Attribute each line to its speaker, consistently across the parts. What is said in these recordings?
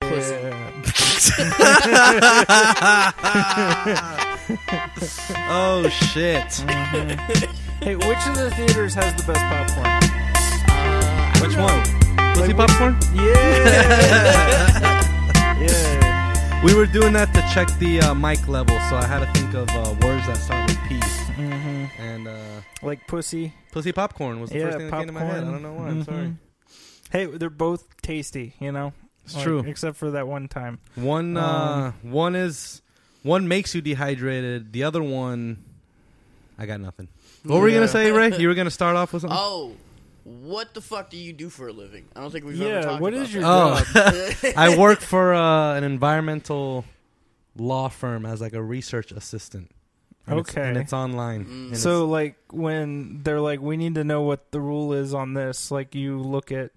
Speaker 1: Oh shit!
Speaker 2: Hey, which of the theaters has the best popcorn?
Speaker 1: Which one? Pussy popcorn?
Speaker 2: Yeah. yeah.
Speaker 1: We were doing that to check the uh, mic level, so I had to think of uh, words that start with P.
Speaker 2: hmm
Speaker 1: And uh,
Speaker 2: Like pussy.
Speaker 1: pussy popcorn was the
Speaker 2: Yeah,
Speaker 1: first thing that came to my head. I
Speaker 2: popcorn. Mm-hmm.
Speaker 1: don't know why. I'm sorry.
Speaker 2: Hey, they're both tasty. You know.
Speaker 1: It's
Speaker 2: Like,
Speaker 1: true.
Speaker 2: Except for that one time.
Speaker 1: One uh, one is one makes you dehydrated. The other one, I got nothing. What were you gonna
Speaker 3: Yeah.
Speaker 1: say, Ray? You were gonna start off with something.
Speaker 3: Oh, what the fuck do you do for a living? I don't think we've ever
Speaker 2: yeah.
Speaker 3: talked
Speaker 2: What
Speaker 3: about
Speaker 2: is your
Speaker 1: Oh.
Speaker 2: job?
Speaker 3: that.
Speaker 1: I work for uh, an environmental law firm as like a research assistant. And it's-
Speaker 2: Okay.
Speaker 1: and it's online.
Speaker 3: Mm.
Speaker 1: And
Speaker 2: So like when they're like, we need to know what the rule is on this. Like you look at,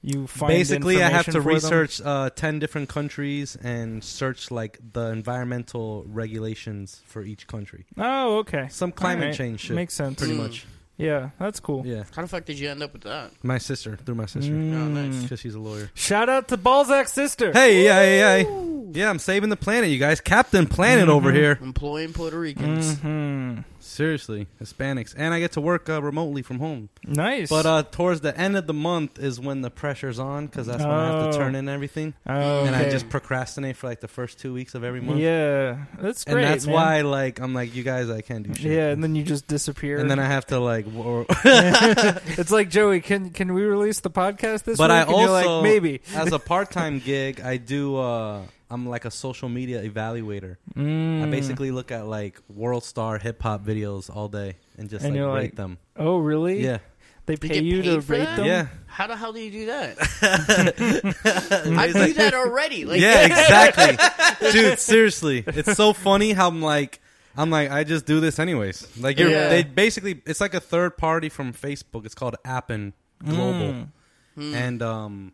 Speaker 2: you find
Speaker 1: basically i have to
Speaker 2: information for them?
Speaker 1: research uh, 10 different countries and search like the environmental regulations for each country
Speaker 2: Oh, okay.
Speaker 1: some climate
Speaker 2: Alright.
Speaker 1: change shit
Speaker 2: Makes sense.
Speaker 1: pretty
Speaker 3: Mm.
Speaker 1: much
Speaker 2: Yeah, that's cool.
Speaker 1: yeah
Speaker 3: How the fuck did you end up with that?
Speaker 1: my sister through my sister
Speaker 3: Oh, nice.
Speaker 2: Mm.
Speaker 1: because she's a lawyer
Speaker 2: Shout out to Balzac's sister.
Speaker 1: hey yeah yeah yeah yeah i'm saving the planet you guys captain planet over
Speaker 2: Mhm.
Speaker 1: here
Speaker 3: Employing Puerto Ricans.
Speaker 1: Mm.
Speaker 2: hmm
Speaker 1: seriously hispanics and i get to work uh, remotely from home
Speaker 2: Nice.
Speaker 1: but uh, towards the end of the month is when the pressure's on because that's when i have to
Speaker 2: Oh.
Speaker 1: turn in everything
Speaker 2: oh,
Speaker 1: and i
Speaker 2: okay.
Speaker 1: just procrastinate for like the first two weeks of every month
Speaker 2: yeah, that's great.
Speaker 1: and that's
Speaker 2: man.
Speaker 1: why like I'm like you guys I can't do shit.
Speaker 2: Yeah, and then you just disappear.
Speaker 1: and then I have to like wor-
Speaker 2: it's like Joey. Can can we release the podcast this week?
Speaker 1: But I
Speaker 2: And you're
Speaker 1: also-
Speaker 2: like, maybe.
Speaker 1: as a part-time gig I do uh I'm like a social media evaluator. I
Speaker 2: Mm.
Speaker 1: basically look at like world star hip hop videos all day and just
Speaker 2: And
Speaker 1: like
Speaker 2: you're
Speaker 1: rate
Speaker 2: like,
Speaker 1: them.
Speaker 2: Oh, really?
Speaker 1: Yeah.
Speaker 2: They
Speaker 3: They
Speaker 2: pay
Speaker 3: get
Speaker 2: you to
Speaker 3: paid for
Speaker 2: rate
Speaker 3: that?
Speaker 2: them.
Speaker 1: Yeah.
Speaker 3: How the hell do you do that? I do that already. Like,
Speaker 1: yeah, exactly. Dude, seriously. It's so funny how I'm like I'm like I just do this anyways. Like you're
Speaker 3: Yeah.
Speaker 1: they basically it's like a third party from Facebook. It's called Appen Global.
Speaker 2: Mm.
Speaker 3: Hmm.
Speaker 1: and um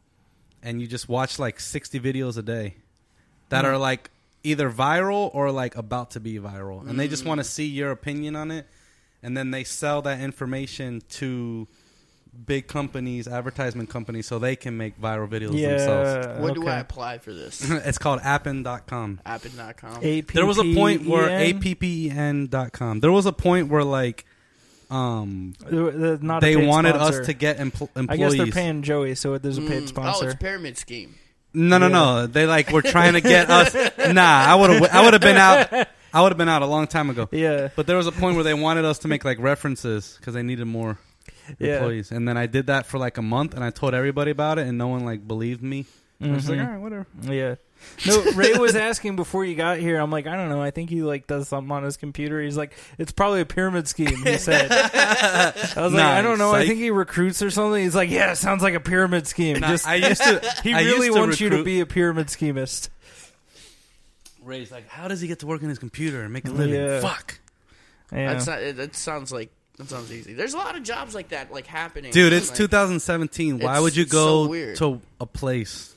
Speaker 1: and you just watch like 60 videos a day
Speaker 3: Hmm.
Speaker 1: that are like either viral or like about to be viral and they
Speaker 3: Hmm.
Speaker 1: just want to see your opinion on it and then they sell that information to big companies advertisement companies so they can make viral videos
Speaker 2: Yeah.
Speaker 1: themselves
Speaker 3: What do I
Speaker 2: okay.
Speaker 3: apply for this?
Speaker 1: it's called appen.com
Speaker 3: Appen.com.
Speaker 2: E
Speaker 1: there was a E point where
Speaker 2: APPEN?
Speaker 1: appen.com there was a point where like um
Speaker 2: They're- they're not a
Speaker 1: they
Speaker 2: paid
Speaker 1: wanted
Speaker 2: sponsor.
Speaker 1: us to get empl- employees
Speaker 2: I guess they're paying Joey, so there's a paid
Speaker 3: Mm.
Speaker 2: sponsor.
Speaker 3: Oh, it's pyramid scheme.
Speaker 1: No, no,
Speaker 2: Yeah.
Speaker 1: no. They like were trying to get us. Nah, I would have. I would have been out. I would have been out a long time ago.
Speaker 2: yeah,
Speaker 1: But there was a point where they wanted us to make like references because they needed more
Speaker 2: Yeah.
Speaker 1: employees. And then I did that for like a month, and I told everybody about it, and no one like believed me. I was like, all
Speaker 2: Mhm.
Speaker 1: right, whatever.
Speaker 2: yeah. No, Ray was asking before you got here. I'm like, I don't know. I think he like does something on his computer. He's like, it's probably a pyramid scheme. He said. I was like, I
Speaker 1: Nah,
Speaker 2: don't know. I
Speaker 1: psych.
Speaker 2: think he recruits or something. He's like, yeah, sounds like a pyramid scheme.
Speaker 1: Nah,
Speaker 2: Just
Speaker 1: I used to.
Speaker 2: he
Speaker 1: I used
Speaker 2: really
Speaker 1: to
Speaker 2: wants you to
Speaker 1: recruit-
Speaker 2: be a pyramid schemist.
Speaker 1: Ray's like, how does he get to work on his computer and make a living?
Speaker 2: Yeah.
Speaker 1: Fuck,
Speaker 2: Yeah.
Speaker 3: That's not, it- that sounds like that sounds easy. There's a lot of jobs like that, like happening.
Speaker 1: dude. It's
Speaker 3: Like,
Speaker 1: 2017. Why
Speaker 3: It's
Speaker 1: would you
Speaker 3: so
Speaker 1: go
Speaker 3: weird.
Speaker 1: to a place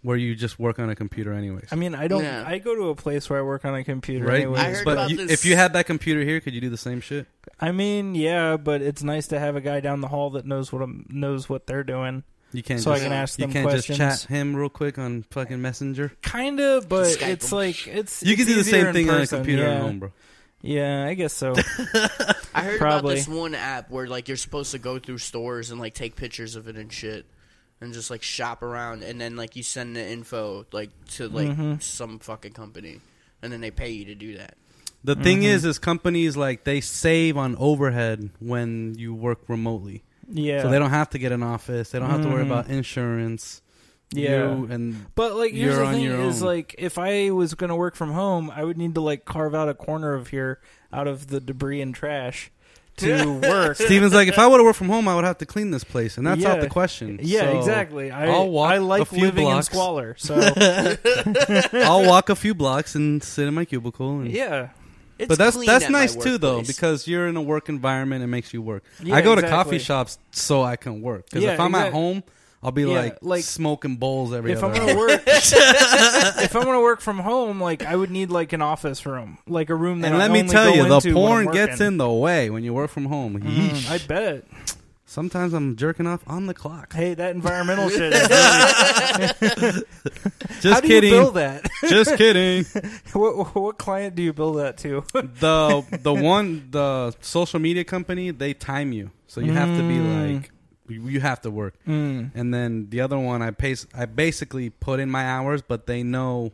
Speaker 1: where you just work on a computer, anyways?
Speaker 2: I mean, I don't.
Speaker 3: Yeah.
Speaker 2: I go to a place where I work on a computer,
Speaker 1: Right,
Speaker 2: anyways.
Speaker 3: I heard
Speaker 1: but
Speaker 3: about
Speaker 1: you-
Speaker 3: this-
Speaker 1: if you had that computer here, could you do the same shit?
Speaker 2: I mean, yeah, but it's nice to have a guy down the hall that knows what I'm, knows what they're doing,
Speaker 1: You can't.
Speaker 2: so I
Speaker 1: just,
Speaker 2: can ask
Speaker 1: you
Speaker 2: them
Speaker 1: can't
Speaker 2: questions.
Speaker 1: just chat him real quick on fucking Messenger.
Speaker 2: Kind of, but
Speaker 3: Skype
Speaker 2: it's
Speaker 3: them.
Speaker 2: like it's.
Speaker 1: You can
Speaker 2: it's
Speaker 1: do the
Speaker 2: easier
Speaker 1: same
Speaker 2: in
Speaker 1: thing
Speaker 2: person,
Speaker 1: on a computer
Speaker 2: yeah.
Speaker 1: at home, bro.
Speaker 2: Yeah, I guess so.
Speaker 3: I heard
Speaker 2: Probably.
Speaker 3: about this one app where like you're supposed to go through stores and like take pictures of it and shit, and just like shop around, and then like you send the info like to like
Speaker 1: Mm-hmm.
Speaker 2: Mhm.
Speaker 3: some fucking company, and then they pay you to do that.
Speaker 1: The thing
Speaker 2: Mm-hmm.
Speaker 1: is, is companies like they save on overhead when you work remotely,
Speaker 2: Yeah,
Speaker 1: so they don't have to get an office. They don't have to worry
Speaker 2: Mhm.
Speaker 1: about insurance.
Speaker 2: Yeah.
Speaker 1: you and
Speaker 2: but like here's
Speaker 1: You're
Speaker 2: the
Speaker 1: on
Speaker 2: thing
Speaker 1: your
Speaker 2: is
Speaker 1: own.
Speaker 2: like if I was gonna work from home, I would need to like carve out a corner of here out of the debris and trash to work.
Speaker 1: Steven's like, if I would have worked from home, I would have to clean this place, and that's out
Speaker 2: Yeah.
Speaker 1: the question.
Speaker 2: Yeah,
Speaker 1: So,
Speaker 2: exactly. I
Speaker 1: I'll walk
Speaker 2: I like
Speaker 1: a few
Speaker 2: living
Speaker 1: blocks.
Speaker 2: in squalor, so
Speaker 1: I'll walk a few blocks and sit in my cubicle. And,
Speaker 2: yeah.
Speaker 3: It's
Speaker 1: but that's
Speaker 3: clean
Speaker 1: that's
Speaker 3: at my
Speaker 1: nice too, though,
Speaker 3: workplace.
Speaker 1: because you're in a work environment. It makes you work.
Speaker 2: Yeah,
Speaker 1: I go to
Speaker 2: exactly.
Speaker 1: coffee shops so I can work. Because
Speaker 2: Yeah,
Speaker 1: if I'm
Speaker 2: exact-
Speaker 1: at home, I'll be
Speaker 2: Yeah,
Speaker 1: like,
Speaker 2: like-
Speaker 1: smoking bowls every
Speaker 2: If
Speaker 1: other
Speaker 2: I'm gonna
Speaker 1: hour.
Speaker 2: work, if I'm gonna work from home, like I would need like an office room, like a room that
Speaker 1: And
Speaker 2: I
Speaker 1: let me
Speaker 2: only
Speaker 1: tell
Speaker 2: go
Speaker 1: you, the
Speaker 2: into when I'm Mm-hmm,
Speaker 1: porn gets
Speaker 2: working.
Speaker 1: in the way when you work from home. Yeesh.
Speaker 2: I bet.
Speaker 1: Sometimes I'm jerking off on the clock.
Speaker 2: Hey, that environmental shit. Is really,
Speaker 1: Just
Speaker 2: how do
Speaker 1: kidding.
Speaker 2: you bill that?
Speaker 1: Just kidding.
Speaker 2: what, what client do you bill that to?
Speaker 1: the the one the social media company they time you, so you have to be
Speaker 2: Mm.
Speaker 1: like you you have to work.
Speaker 2: Mm.
Speaker 1: And then the other one I pace I basically put in my hours, but they know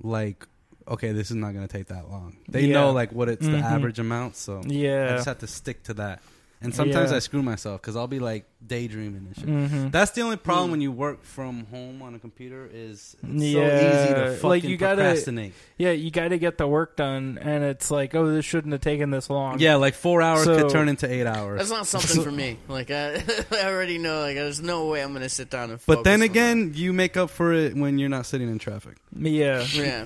Speaker 1: like okay, this is not going to take that long. They
Speaker 2: Yeah.
Speaker 1: know like what it's
Speaker 2: Mhm.
Speaker 1: the average amount, so I
Speaker 2: Yeah.
Speaker 1: just have to stick to that. And sometimes
Speaker 2: Yeah.
Speaker 1: I screw myself cuz I'll be like daydreaming and shit.
Speaker 2: Mhm.
Speaker 1: That's the only problem
Speaker 3: Mm.
Speaker 1: when you work from home on a computer is it's so easy
Speaker 2: Yeah,
Speaker 1: to fucking
Speaker 2: like, you gotta-
Speaker 1: procrastinate.
Speaker 2: Yeah, you got to get the work done, and it's like, oh, this shouldn't have taken this long.
Speaker 1: Yeah, like 4 hours
Speaker 2: So-
Speaker 1: could turn into 8 hours.
Speaker 3: That's not something for me. Like I, I already know. Like there's no way I'm gonna sit down and.
Speaker 1: But then
Speaker 3: focus on
Speaker 1: again, you make up for it when you're not sitting in traffic.
Speaker 2: yeah.
Speaker 1: Mm-hmm.
Speaker 3: that. yeah,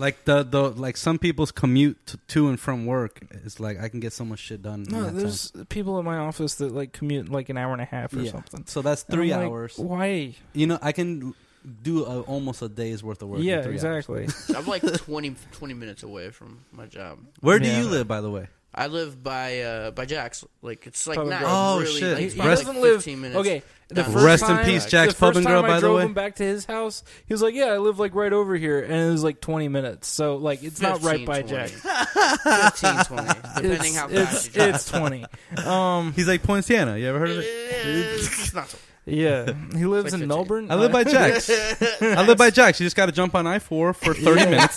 Speaker 1: Like the the like some people's commute to, to and from work is like I can get so much shit done. in
Speaker 2: No,
Speaker 1: that
Speaker 2: there's people in my office that like commute like an hour and a half or
Speaker 1: Yeah.
Speaker 2: something.
Speaker 1: time. so that's
Speaker 2: And
Speaker 1: three
Speaker 2: I'm like,
Speaker 1: hours.
Speaker 2: Why?
Speaker 1: You know, I can do a, almost a day's worth of work. in
Speaker 2: Yeah,
Speaker 1: three hours.
Speaker 2: exactly.
Speaker 3: I'm like 20, 20 minutes away from my job.
Speaker 1: Where do
Speaker 2: Yeah.
Speaker 1: you live, by the way?
Speaker 3: I live by uh, by Jack's. Like it's like
Speaker 2: Pub and
Speaker 3: not
Speaker 2: Grill.
Speaker 1: Oh,
Speaker 3: really.
Speaker 1: shit.
Speaker 3: Like, it's
Speaker 1: He
Speaker 3: probably,
Speaker 2: doesn't
Speaker 3: like,
Speaker 2: live-
Speaker 3: 15 minutes.
Speaker 2: Okay. The
Speaker 3: Down.
Speaker 2: first
Speaker 1: Rest in
Speaker 2: time,
Speaker 1: peace, Jack's
Speaker 2: the
Speaker 1: Pub
Speaker 2: first
Speaker 1: and Grill,
Speaker 2: time I
Speaker 1: by the
Speaker 2: drove
Speaker 1: way.
Speaker 2: him back to his house. He was like, "Yeah, I live like right over here," and it was like 20 minutes. So like, it's not right
Speaker 3: 15,
Speaker 2: by
Speaker 3: 20.
Speaker 2: Jack.
Speaker 3: 15, 20, depending
Speaker 2: it's,
Speaker 3: how
Speaker 2: it's,
Speaker 3: fast you drive.
Speaker 2: it's 20. Um,
Speaker 1: He's like Poinciana. You ever heard of it?
Speaker 3: It's not so-
Speaker 2: yeah, he lives in
Speaker 3: 15.
Speaker 2: Melbourne.
Speaker 1: I live by Jack's. I live by Jack's. You just got to jump on I four for thirty minutes.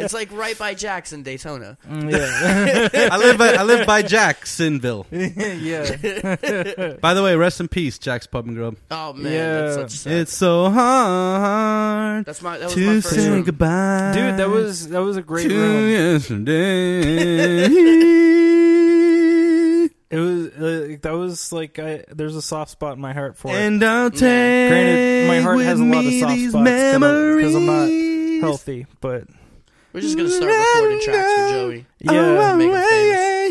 Speaker 3: it's like right by Jack's in Daytona.
Speaker 2: Mm, yeah,
Speaker 1: I live by, I live by Jacksonville.
Speaker 2: yeah.
Speaker 1: By the way, rest in peace, Jack's Pub and Grub.
Speaker 3: Oh man,
Speaker 2: Yeah.
Speaker 3: that's such sad.
Speaker 1: It's so hard
Speaker 3: that's my that was my
Speaker 1: to
Speaker 3: first.
Speaker 1: say
Speaker 3: room.
Speaker 1: goodbye,
Speaker 2: Dude, that was that was a great
Speaker 1: to
Speaker 2: room.
Speaker 1: yesterday.
Speaker 2: It was uh, that was like I, there's a soft spot in my heart for it.
Speaker 1: and I'll take
Speaker 2: Granted, my heart has a lot of
Speaker 1: with me
Speaker 2: soft
Speaker 1: these
Speaker 2: spots 'cause I'm- 'cause I'm not
Speaker 1: memories.
Speaker 2: Healthy, but
Speaker 3: We're just gonna start recording tracks for Joey.
Speaker 2: yeah,
Speaker 1: Oh,
Speaker 3: Make him
Speaker 1: yeah.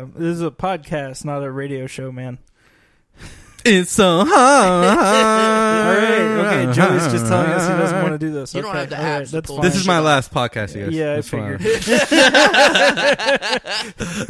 Speaker 2: yeah. This is a podcast, not a radio show, man.
Speaker 1: It's so hard.
Speaker 2: All right, okay. Joey's just telling us he doesn't want to do this.
Speaker 3: You don't
Speaker 2: Okay,
Speaker 3: have the
Speaker 2: all right,
Speaker 3: abs to
Speaker 2: that's
Speaker 3: pull
Speaker 2: fine.
Speaker 1: This is my last podcast, you guys.
Speaker 2: Yeah, I
Speaker 1: That's why.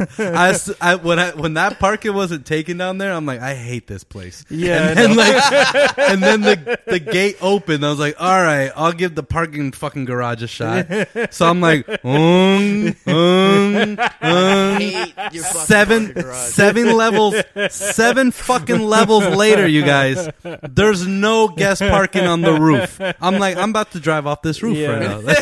Speaker 2: figured.
Speaker 1: I s I when I when that parking wasn't taken down there, I'm like, I hate this place.
Speaker 2: Yeah,
Speaker 1: and
Speaker 2: I
Speaker 1: then, like, and then the the gate opened. I was like, all right, I'll give the parking fucking garage a shot. So I'm like, um, um, um.
Speaker 3: Hate your fucking parking
Speaker 1: seven
Speaker 3: garage.
Speaker 1: seven levels seven fucking levels later you guys there's no guest parking on the roof i'm like i'm about to drive off this roof
Speaker 2: Yeah.
Speaker 1: right now
Speaker 2: okay,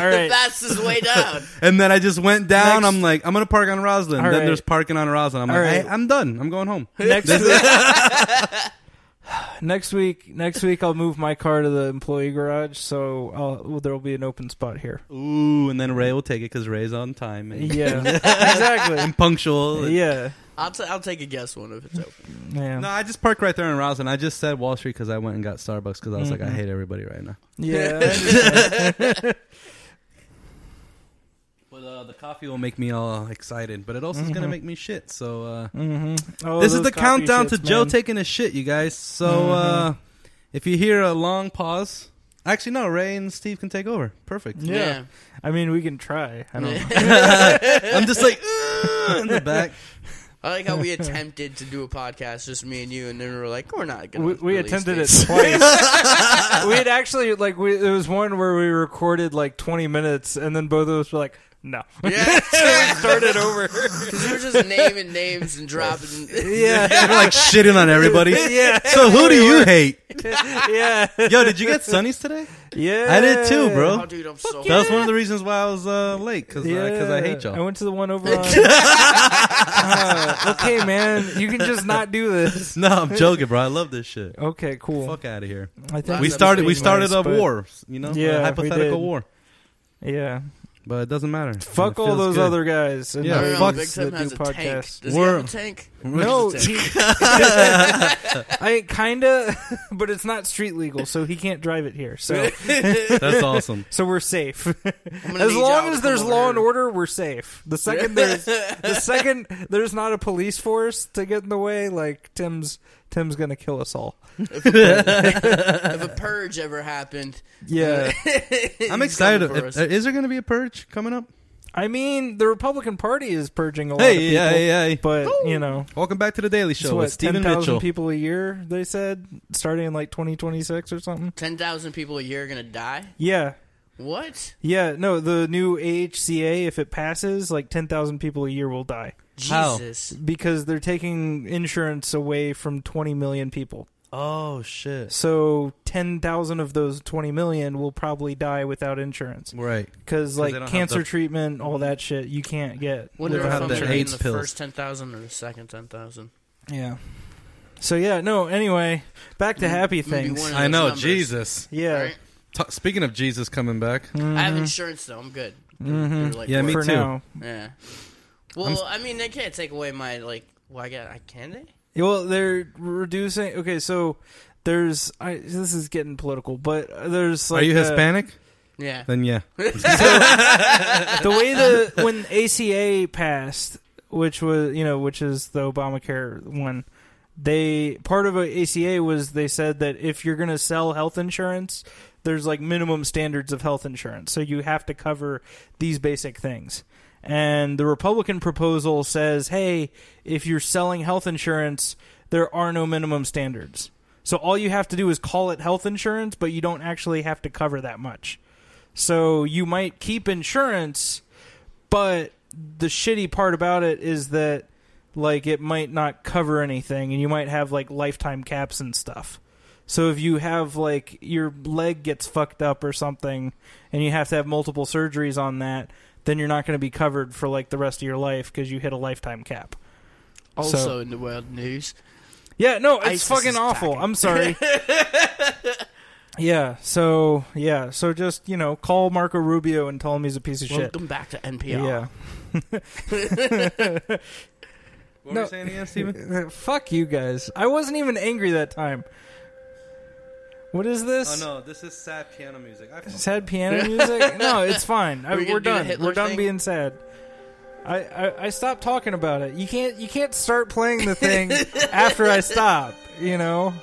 Speaker 2: all right.
Speaker 3: That's his way down.
Speaker 1: and then i just went down
Speaker 2: Next-
Speaker 1: i'm like i'm gonna park on roslyn
Speaker 2: All
Speaker 1: then
Speaker 2: right.
Speaker 1: there's parking on roslyn i'm
Speaker 2: All
Speaker 1: like
Speaker 2: right.
Speaker 1: "Hey, i'm done i'm going home
Speaker 2: Next week, next week, next week, I'll move my car to the employee garage, so I'll, well, there'll be an open spot here.
Speaker 1: ooh and then ray will take it because ray's on time and,
Speaker 2: Yeah, exactly.
Speaker 1: and punctual
Speaker 2: Yeah,
Speaker 3: I'll, t- I'll take a guess one if it's open.
Speaker 2: yeah,
Speaker 1: no i just parked right there in roslyn i just said wall street because i went and got starbucks because i was like i
Speaker 2: Mhm.
Speaker 1: hate everybody right now
Speaker 2: yeah. I understand.
Speaker 1: but uh, the coffee will make me all excited but it also is gonna make me shit so uh
Speaker 2: Mhm. Oh,
Speaker 1: this is
Speaker 2: Mm-hmm. those
Speaker 1: the
Speaker 2: coffee
Speaker 1: countdown to
Speaker 2: shits,
Speaker 1: Joe
Speaker 2: man. Mm-hmm.
Speaker 1: taking a shit, you guys. So uh, if you hear a long pause, actually no, Ray and Steve can take over. Perfect.
Speaker 2: Yeah. I mean, we can try. I don't.
Speaker 1: I'm just like "Ugh," in the back.
Speaker 3: I like how we attempted to do a podcast, just me and you, and then we were like, we're not gonna.
Speaker 2: we, we
Speaker 3: release
Speaker 2: attempted it
Speaker 3: these.
Speaker 2: twice. we had actually like we there was one where we recorded like 20 minutes and then both of us were like, no,
Speaker 3: Yeah,
Speaker 2: start it over.
Speaker 3: because we were just naming names and dropping.
Speaker 1: They're like shitting on everybody. Yeah. So who do you hate?
Speaker 2: yeah,
Speaker 1: Yo, did you get Sunnies today?
Speaker 2: yeah.
Speaker 1: I did too, bro.
Speaker 3: Oh, dude, I'm so.
Speaker 1: That was one of the reasons why I was uh, late because I hate
Speaker 2: I
Speaker 1: y'all.
Speaker 2: went to the one over on. Uh, okay, man, you can just not do this.
Speaker 1: No, I'm joking, bro. I love this shit.
Speaker 2: Okay, cool.
Speaker 1: Fuck out of here.
Speaker 2: I think
Speaker 3: That's
Speaker 1: We
Speaker 2: it's
Speaker 1: started. We
Speaker 2: pretty
Speaker 1: started
Speaker 2: nice,
Speaker 1: a
Speaker 2: but-
Speaker 1: war. You know,
Speaker 2: Yeah, we
Speaker 1: a hypothetical
Speaker 2: did.
Speaker 1: war.
Speaker 2: Yeah,
Speaker 1: But it doesn't matter.
Speaker 2: fuck
Speaker 1: It
Speaker 2: all
Speaker 1: feels
Speaker 2: those
Speaker 1: good.
Speaker 2: other guys. And
Speaker 3: I
Speaker 1: Yeah,
Speaker 2: the
Speaker 3: don't know,
Speaker 1: fuck
Speaker 3: Big Tim
Speaker 2: that
Speaker 3: has
Speaker 2: do
Speaker 3: a
Speaker 2: podcasts.
Speaker 3: tank. Does
Speaker 1: We're-
Speaker 3: he have a tank?
Speaker 2: No,
Speaker 3: Where's the
Speaker 2: he, I kind of, but it's not street legal, so he can't drive it here. So,
Speaker 1: That's awesome.
Speaker 2: so we're safe.
Speaker 3: I'm gonna
Speaker 2: As
Speaker 3: need y'all
Speaker 2: long
Speaker 3: to
Speaker 2: as
Speaker 3: come
Speaker 2: there's
Speaker 3: over
Speaker 2: law
Speaker 3: here.
Speaker 2: and order, we're safe. The second there's the second there's not a police force to get in the way, like Tim's Tim's gonna kill us all.
Speaker 3: if a purge ever happened,
Speaker 2: Yeah,
Speaker 1: I'm
Speaker 3: he's
Speaker 1: excited.
Speaker 3: coming for
Speaker 1: If- uh,
Speaker 3: us.
Speaker 1: is there going to be a purge coming up?
Speaker 2: I mean, the Republican Party is purging a lot of
Speaker 1: Hey,
Speaker 2: people,
Speaker 1: hey, hey.
Speaker 2: but you know,
Speaker 1: Welcome back to the Daily
Speaker 2: it's
Speaker 1: Show
Speaker 2: what
Speaker 1: with Stephen
Speaker 2: ten thousand
Speaker 1: Mitchell.
Speaker 2: people a year they said starting in like twenty twenty six or something.
Speaker 3: Ten thousand people a year are gonna die.
Speaker 2: Yeah,
Speaker 3: What?
Speaker 2: yeah, no, the new AHCA, if it passes, like ten thousand people a year will die
Speaker 1: How?
Speaker 3: Jesus.
Speaker 2: because they're taking insurance away from twenty million people.
Speaker 1: Oh shit!
Speaker 2: So ten thousand of those twenty million will probably die without insurance
Speaker 1: Right.
Speaker 2: because
Speaker 1: they don't
Speaker 2: like
Speaker 1: have
Speaker 2: cancer
Speaker 1: the-
Speaker 2: treatment, all that shit, you can't get.
Speaker 3: Wonder
Speaker 1: They don't
Speaker 3: if
Speaker 1: have
Speaker 3: I'm
Speaker 1: the
Speaker 3: gonna be in
Speaker 1: AIDS
Speaker 3: the
Speaker 1: pills.
Speaker 3: first ten thousand or the second ten thousand.
Speaker 2: Yeah. So yeah, no. Anyway, back to
Speaker 3: Mm,
Speaker 2: happy
Speaker 3: maybe
Speaker 2: things.
Speaker 3: one-
Speaker 1: I know.
Speaker 3: Numbers.
Speaker 1: Jesus.
Speaker 2: Yeah.
Speaker 3: Right?
Speaker 1: T- speaking of Jesus coming back,
Speaker 2: Mhm.
Speaker 3: I have insurance though. I'm good. They're-
Speaker 2: Mhm.
Speaker 3: they're, like,
Speaker 1: Mm-hmm. Yeah, me
Speaker 2: for
Speaker 1: too.
Speaker 2: now.
Speaker 3: Yeah. Well, i mean, they can't take away my like. Well, I got. I can they?
Speaker 2: Well, they're reducing. Okay, so there's. I, this is getting political, but there's like
Speaker 1: are you
Speaker 2: uh,
Speaker 1: Hispanic?
Speaker 3: Yeah.
Speaker 1: Then yeah.
Speaker 2: the way the when ACA passed, which was you know which is the Obamacare one, they part of a ACA was they said that if you're going to sell health insurance, there's like minimum standards of health insurance, so you have to cover these basic things. And the Republican proposal says, hey, if you're selling health insurance, there are no minimum standards. So all you have to do is call it health insurance, but you don't actually have to cover that much. So you might keep insurance, but the shitty part about it is that like it might not cover anything and you might have like lifetime caps and stuff. So if you have like your leg gets fucked up or something and you have to have multiple surgeries on that, then you're not going to be covered for like the rest of your life cuz you hit a lifetime cap.
Speaker 3: Also
Speaker 2: So-
Speaker 3: in the world news,
Speaker 2: Yeah, no, it's
Speaker 3: ISIS
Speaker 2: fucking
Speaker 3: is
Speaker 2: awful.
Speaker 3: attacking.
Speaker 2: I'm sorry. yeah, so yeah, so just, you know, call Marco Rubio and tell him he's a piece of shit.
Speaker 3: welcome back to NPR.
Speaker 2: Yeah.
Speaker 1: What
Speaker 2: No.
Speaker 1: were you saying again, Steven?
Speaker 2: Fuck you guys. I wasn't even angry that time. What is
Speaker 1: oh
Speaker 2: this?
Speaker 1: no, this is sad piano music. I
Speaker 2: Sad piano music? No, it's fine. I,
Speaker 3: Were you
Speaker 2: we're
Speaker 3: gonna do the
Speaker 2: done.
Speaker 3: Hitler
Speaker 2: We're done
Speaker 3: thing?
Speaker 2: being sad. I, I I stopped talking about it. You can't you can't start playing the thing after I stop. You know,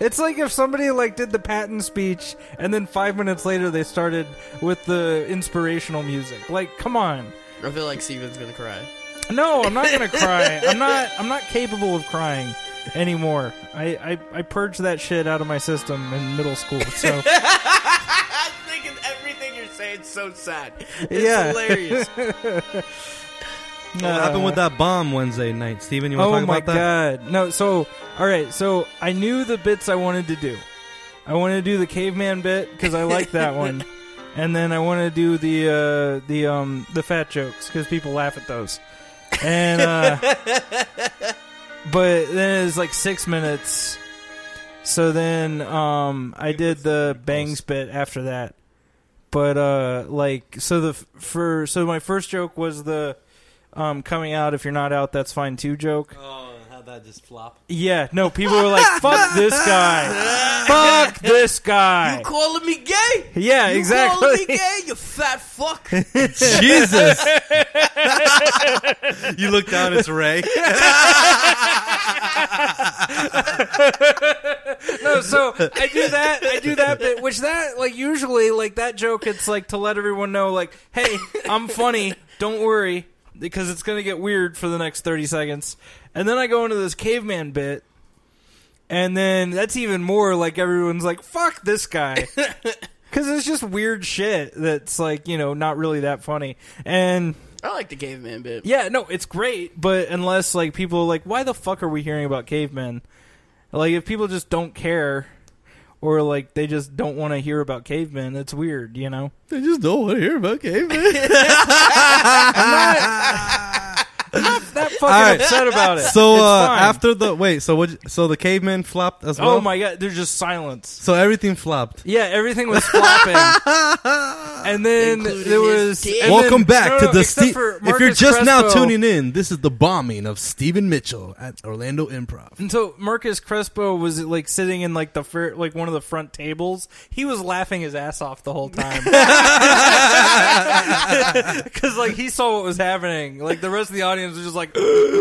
Speaker 2: it's like if somebody like did the patent speech and then five minutes later they started with the inspirational music. Like, come on.
Speaker 3: I feel like Steven's gonna cry.
Speaker 2: No, I'm not gonna cry. I'm not. I'm not capable of crying anymore. I, I I purged that shit out of my system in middle school. So
Speaker 3: I'm thinking everything you're saying is so sad. It's
Speaker 2: Yeah.
Speaker 3: hilarious.
Speaker 1: what happened with that bomb Wednesday night, Steven? You want
Speaker 2: uh,
Speaker 1: to
Speaker 2: Oh
Speaker 1: talk
Speaker 2: my
Speaker 1: about that?
Speaker 2: god! No. So all right. So I knew the bits I wanted to do. I wanted to do the caveman bit because I like that one, and then I wanted to do the uh, the um the fat jokes because people laugh at those. And uh, but then it was like six minutes. So then um I did the bangs bit after that. But uh like so the f- for so my first joke was the um coming out if you're not out that's fine too joke.
Speaker 1: Oh, how that just flop.
Speaker 2: Yeah, no, people were like, "Fuck this guy! Fuck this guy!"
Speaker 3: You calling me gay?
Speaker 2: yeah,
Speaker 3: You
Speaker 2: exactly.
Speaker 3: Calling me gay? You fat fuck.
Speaker 1: Jesus! you look down, it's Ray.
Speaker 2: no, so I do that. I do that bit, which that like usually like that joke. It's like to let everyone know, like, hey, I'm funny. Don't worry, because it's gonna get weird for the next thirty seconds. And then I go into this caveman bit, and then that's even more like everyone's like, fuck this guy. Because it's just weird shit that's like, you know, not really that funny. And
Speaker 3: I like the caveman bit.
Speaker 2: yeah, no, it's great, but unless like people are like, why the fuck are we hearing about cavemen? Like if people just don't care or like they just don't want to hear about cavemen, it's weird, you know?
Speaker 1: I just don't want to hear about caveman.
Speaker 2: That fucking
Speaker 1: right.
Speaker 2: upset about it.
Speaker 1: so
Speaker 2: It's
Speaker 1: uh,
Speaker 2: fine.
Speaker 1: after the wait, so what? So the caveman flopped as well.
Speaker 2: Oh my god, there's just silence.
Speaker 1: So everything flopped.
Speaker 2: Yeah, everything was flopping. and then
Speaker 3: Including
Speaker 2: there
Speaker 3: his
Speaker 2: was
Speaker 3: dick.
Speaker 2: and
Speaker 1: Welcome
Speaker 2: then-
Speaker 1: back
Speaker 2: no,
Speaker 1: to
Speaker 2: no,
Speaker 1: the
Speaker 2: except
Speaker 1: Ste-
Speaker 2: for
Speaker 1: If you're
Speaker 2: Marcus
Speaker 1: just now
Speaker 2: Crespo.
Speaker 1: tuning in, this is the bombing of Stephen Mitchell at Orlando Improv.
Speaker 2: And so Marcus Crespo was like sitting in like the fir- like one of the front tables. He was laughing his ass off the whole time because like he saw what was happening. Like the rest of the audience was just like,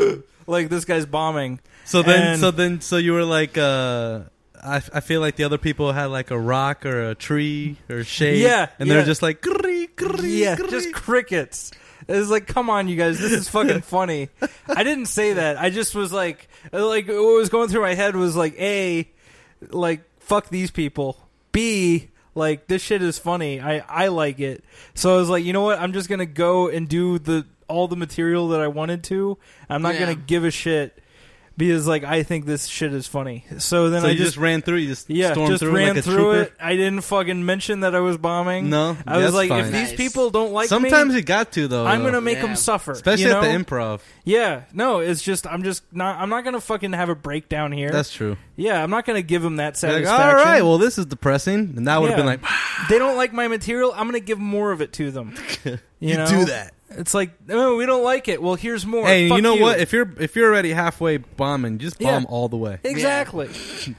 Speaker 2: like this guy's bombing.
Speaker 1: So then,
Speaker 2: And-
Speaker 1: so then, so you were like, uh, I, I feel like the other people had like a rock or a tree or shade.
Speaker 2: Yeah,
Speaker 1: and they're
Speaker 2: yeah.
Speaker 1: just like, "Grrree, grrree,
Speaker 2: Yeah,
Speaker 1: grrree."
Speaker 2: just crickets. It's like, come on, you guys, this is fucking funny. I didn't say that. I just was like, like what was going through my head was like, a, like fuck these people. B, like this shit is funny. I I like it. So I was like, you know what? I'm just gonna go and do the all the material that I wanted to. I'm not
Speaker 3: Yeah.
Speaker 2: gonna give a shit because like I think this shit is funny. So then
Speaker 1: so
Speaker 2: I
Speaker 1: you
Speaker 2: just,
Speaker 1: just ran through. You just
Speaker 2: yeah
Speaker 1: stormed
Speaker 2: just
Speaker 1: through
Speaker 2: ran
Speaker 1: like a
Speaker 2: through
Speaker 1: trooper.
Speaker 2: it. I didn't fucking mention that I was bombing.
Speaker 1: No,
Speaker 2: I was
Speaker 1: that's
Speaker 2: like, if
Speaker 1: fine.
Speaker 2: these
Speaker 3: Nice.
Speaker 2: people don't like me,
Speaker 1: Sometimes you got to though.
Speaker 2: I'm
Speaker 1: though.
Speaker 2: gonna make
Speaker 3: Yeah.
Speaker 2: them suffer,
Speaker 1: especially
Speaker 2: you
Speaker 1: at the
Speaker 2: know?
Speaker 1: improv.
Speaker 2: Yeah, no, it's just I'm just not I'm not gonna fucking have a breakdown here.
Speaker 1: That's true.
Speaker 2: yeah, I'm not gonna give them that
Speaker 1: You're
Speaker 2: satisfaction.
Speaker 1: Like, all right, well, this is depressing, and that would have
Speaker 2: Yeah.
Speaker 1: been like,
Speaker 2: they don't like my material. I'm gonna give more of it to them. You, know?
Speaker 1: do that.
Speaker 2: It's like no, we don't like it. Well, here's more.
Speaker 1: Hey,
Speaker 2: Fuck
Speaker 1: you know what? If you're if you're already halfway bombing, just
Speaker 2: Yeah.
Speaker 1: bomb all the way.
Speaker 2: exactly.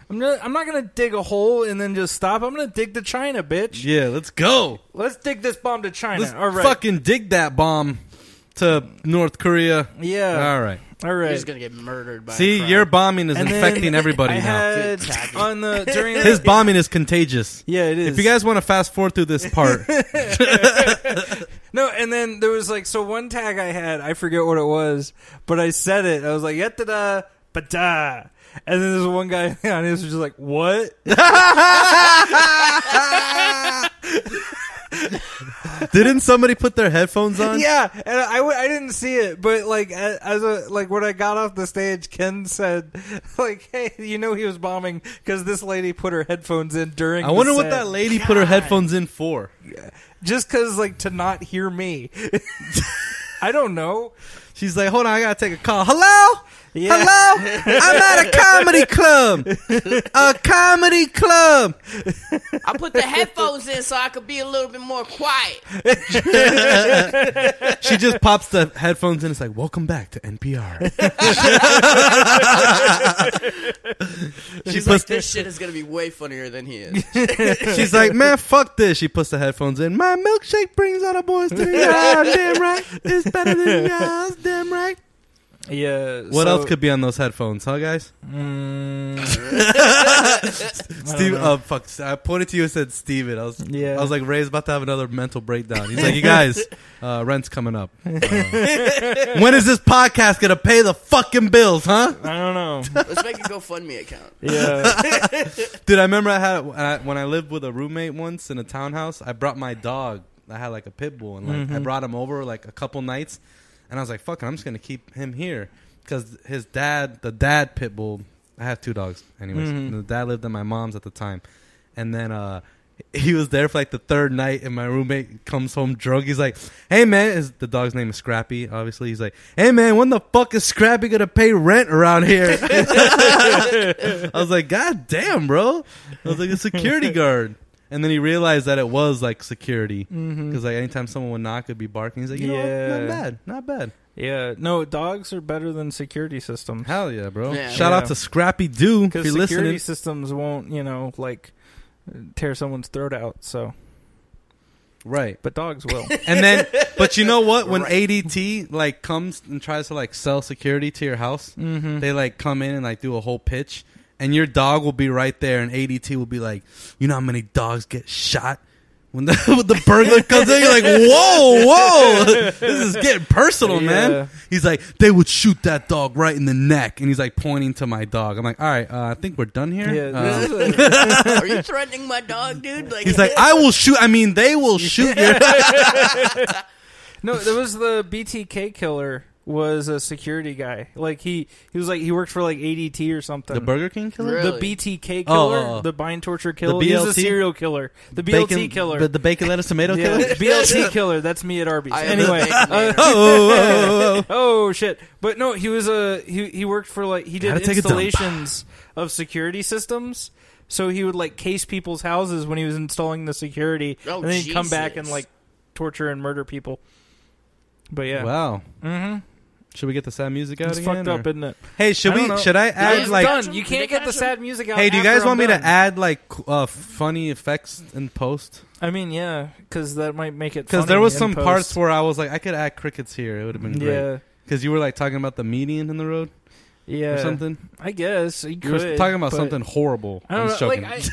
Speaker 2: I'm not, I'm not gonna dig a hole and then just stop. I'm gonna dig to China, bitch.
Speaker 1: Yeah, let's go.
Speaker 2: Let's dig this bomb to China.
Speaker 1: Let's
Speaker 2: All right.
Speaker 1: fucking dig that bomb to North Korea.
Speaker 2: Yeah.
Speaker 1: All right.
Speaker 2: All
Speaker 3: You're
Speaker 2: right.
Speaker 3: just gonna get murdered by. a
Speaker 1: See,
Speaker 3: crowd.
Speaker 1: your bombing is
Speaker 2: And then
Speaker 1: infecting everybody
Speaker 2: I
Speaker 1: now.
Speaker 2: had
Speaker 3: Exactly.
Speaker 2: on the during the-
Speaker 1: His bombing is contagious.
Speaker 2: Yeah, it is.
Speaker 1: If you guys want to fast forward through this part,
Speaker 2: No, and then there was like so one tag I had, I forget what it was, but I said it. I was like yada da da and then there's one guy on his was just like, What?
Speaker 1: didn't somebody put their headphones on?
Speaker 2: Yeah, and I, w- I didn't see it, but like a- as a like when I got off the stage, Ken said like, "Hey, you know he was bombing because this lady put her headphones in during."
Speaker 1: I wonder
Speaker 2: the
Speaker 1: what
Speaker 2: set.
Speaker 1: that lady put her headphones in for.
Speaker 2: just because like to not hear me. I don't know.
Speaker 1: She's like, hold on, I gotta take a call. Hello?
Speaker 2: Yeah.
Speaker 1: Hello? I'm at a comedy club. A comedy club.
Speaker 3: I put the headphones in so I could be a little bit more quiet.
Speaker 1: She just pops the headphones in. It's like, welcome back to NPR. she
Speaker 3: She's
Speaker 1: puts,
Speaker 3: like, this shit is gonna be way funnier than he is.
Speaker 1: she's like, man, fuck this. She puts the headphones in. My milkshake brings all the boys to the yard. Damn right. It's better than yours. Damn right.
Speaker 2: Yeah.
Speaker 1: What
Speaker 2: so-
Speaker 1: else could be on those headphones, huh, guys?
Speaker 2: Mm,
Speaker 1: Steve, uh, fuck. I pointed to you and said Steven. I was,
Speaker 2: Yeah.
Speaker 1: I was like, Ray's about to have another mental breakdown. He's like, you guys, uh, rent's coming up. Uh, when is this podcast gonna pay the fucking bills, huh?
Speaker 2: I don't know.
Speaker 3: Let's make a GoFundMe account.
Speaker 2: Yeah.
Speaker 1: Dude, I remember I had when I, when I lived with a roommate once in a townhouse. I brought my dog. I had like a pit bull, and like I brought him over like a couple nights, and I was like, "Fuck, it, I'm just gonna keep him here because his dad, the dad pit bull. I have two dogs, anyways.
Speaker 2: Mhm.
Speaker 1: The dad lived at my mom's at the time, and then uh he was there for like the third night, and my roommate comes home drunk. He's like, "Hey man, his, the dog's name is Scrappy. Obviously, he's like, "Hey man, when the fuck is Scrappy gonna pay rent around here?" I was like, God damn, bro. I was like a security guard. And then he realized that it was like security. Because like anytime someone would knock, it'd be barking. He's like, you know
Speaker 2: Mm-hmm. Yeah.
Speaker 1: what? Not bad. Not bad.
Speaker 2: Yeah, no, dogs are better than security systems
Speaker 1: Hell yeah, bro.
Speaker 3: Yeah.
Speaker 1: Shout
Speaker 2: Yeah.
Speaker 1: out to Scrappy Doo if you're
Speaker 2: because security
Speaker 1: listening.
Speaker 2: systems won't, you know, like tear someone's throat out. So,
Speaker 1: Right.
Speaker 2: but dogs will.
Speaker 1: And then, but you know what? When
Speaker 3: Right.
Speaker 1: ADT like comes and tries to like sell security to your house,
Speaker 2: mm-hmm.
Speaker 1: they like come in and like do a whole pitch and your dog will be right there and ADT will be like, you know how many dogs get shot? When the, when the burglar comes in, you're like, whoa, whoa, this is getting personal,
Speaker 2: Yeah.
Speaker 1: man. He's like, they would shoot that dog right in the neck. And he's like pointing to my dog. I'm like, all right, uh, I think we're done here.
Speaker 2: Yeah,
Speaker 1: Uh,
Speaker 2: this is a-
Speaker 3: Are you threatening my dog, dude? Like,
Speaker 1: he's like, I will shoot. I mean, they will shoot your.
Speaker 2: no, there was the BTK killer was a security guy. Like he, he was like he worked for like ADT or something.
Speaker 1: the Burger King killer?
Speaker 3: Really?
Speaker 2: The BTK killer,
Speaker 1: Oh, oh, oh.
Speaker 2: the bind torture killer. He was a
Speaker 1: BLT?
Speaker 2: serial killer. The BLT
Speaker 1: Bacon-
Speaker 2: killer.
Speaker 1: The, the bacon, lettuce, tomato
Speaker 2: yeah,
Speaker 1: killer?
Speaker 2: BLT killer. That's me at Arby's.
Speaker 3: I am
Speaker 2: anyway,
Speaker 3: the bacon
Speaker 2: uh,
Speaker 3: eater.
Speaker 1: Oh, oh, oh, oh, oh.
Speaker 2: oh shit! But no, he was a he. He worked for like he did
Speaker 1: Gotta take a dump.
Speaker 2: installations of security systems. So he would like case people's houses when he was installing the security,
Speaker 3: Oh,
Speaker 2: and then he'd come back and
Speaker 3: Jesus.
Speaker 2: like torture and murder people. But yeah,
Speaker 1: Wow.
Speaker 2: mm-hmm.
Speaker 1: Should we get the sad music out
Speaker 2: it's
Speaker 1: again?
Speaker 2: fucked
Speaker 1: or-
Speaker 2: up, isn't it?
Speaker 1: Hey, should
Speaker 2: I don't
Speaker 1: we?
Speaker 2: know.
Speaker 1: Should I
Speaker 2: It's
Speaker 1: add like?
Speaker 2: done. You can't get the sad music out.
Speaker 1: Hey, do you
Speaker 2: after
Speaker 1: guys
Speaker 2: I'm
Speaker 1: want me
Speaker 2: done.
Speaker 1: to add like c- uh, funny effects in post?
Speaker 2: I mean, yeah, because that might make it.
Speaker 1: Because
Speaker 2: funny
Speaker 1: there was
Speaker 2: in
Speaker 1: some
Speaker 2: post.
Speaker 1: parts where I was like, I could add crickets here. It would have been great.
Speaker 2: Yeah,
Speaker 1: Because you were like talking about the median in the road
Speaker 2: yeah,
Speaker 1: or something.
Speaker 2: I guess you
Speaker 1: You
Speaker 2: could
Speaker 1: were talking about
Speaker 2: but-
Speaker 1: something horrible.
Speaker 2: I don't
Speaker 1: am
Speaker 2: know.
Speaker 1: joking.
Speaker 2: Like I, it-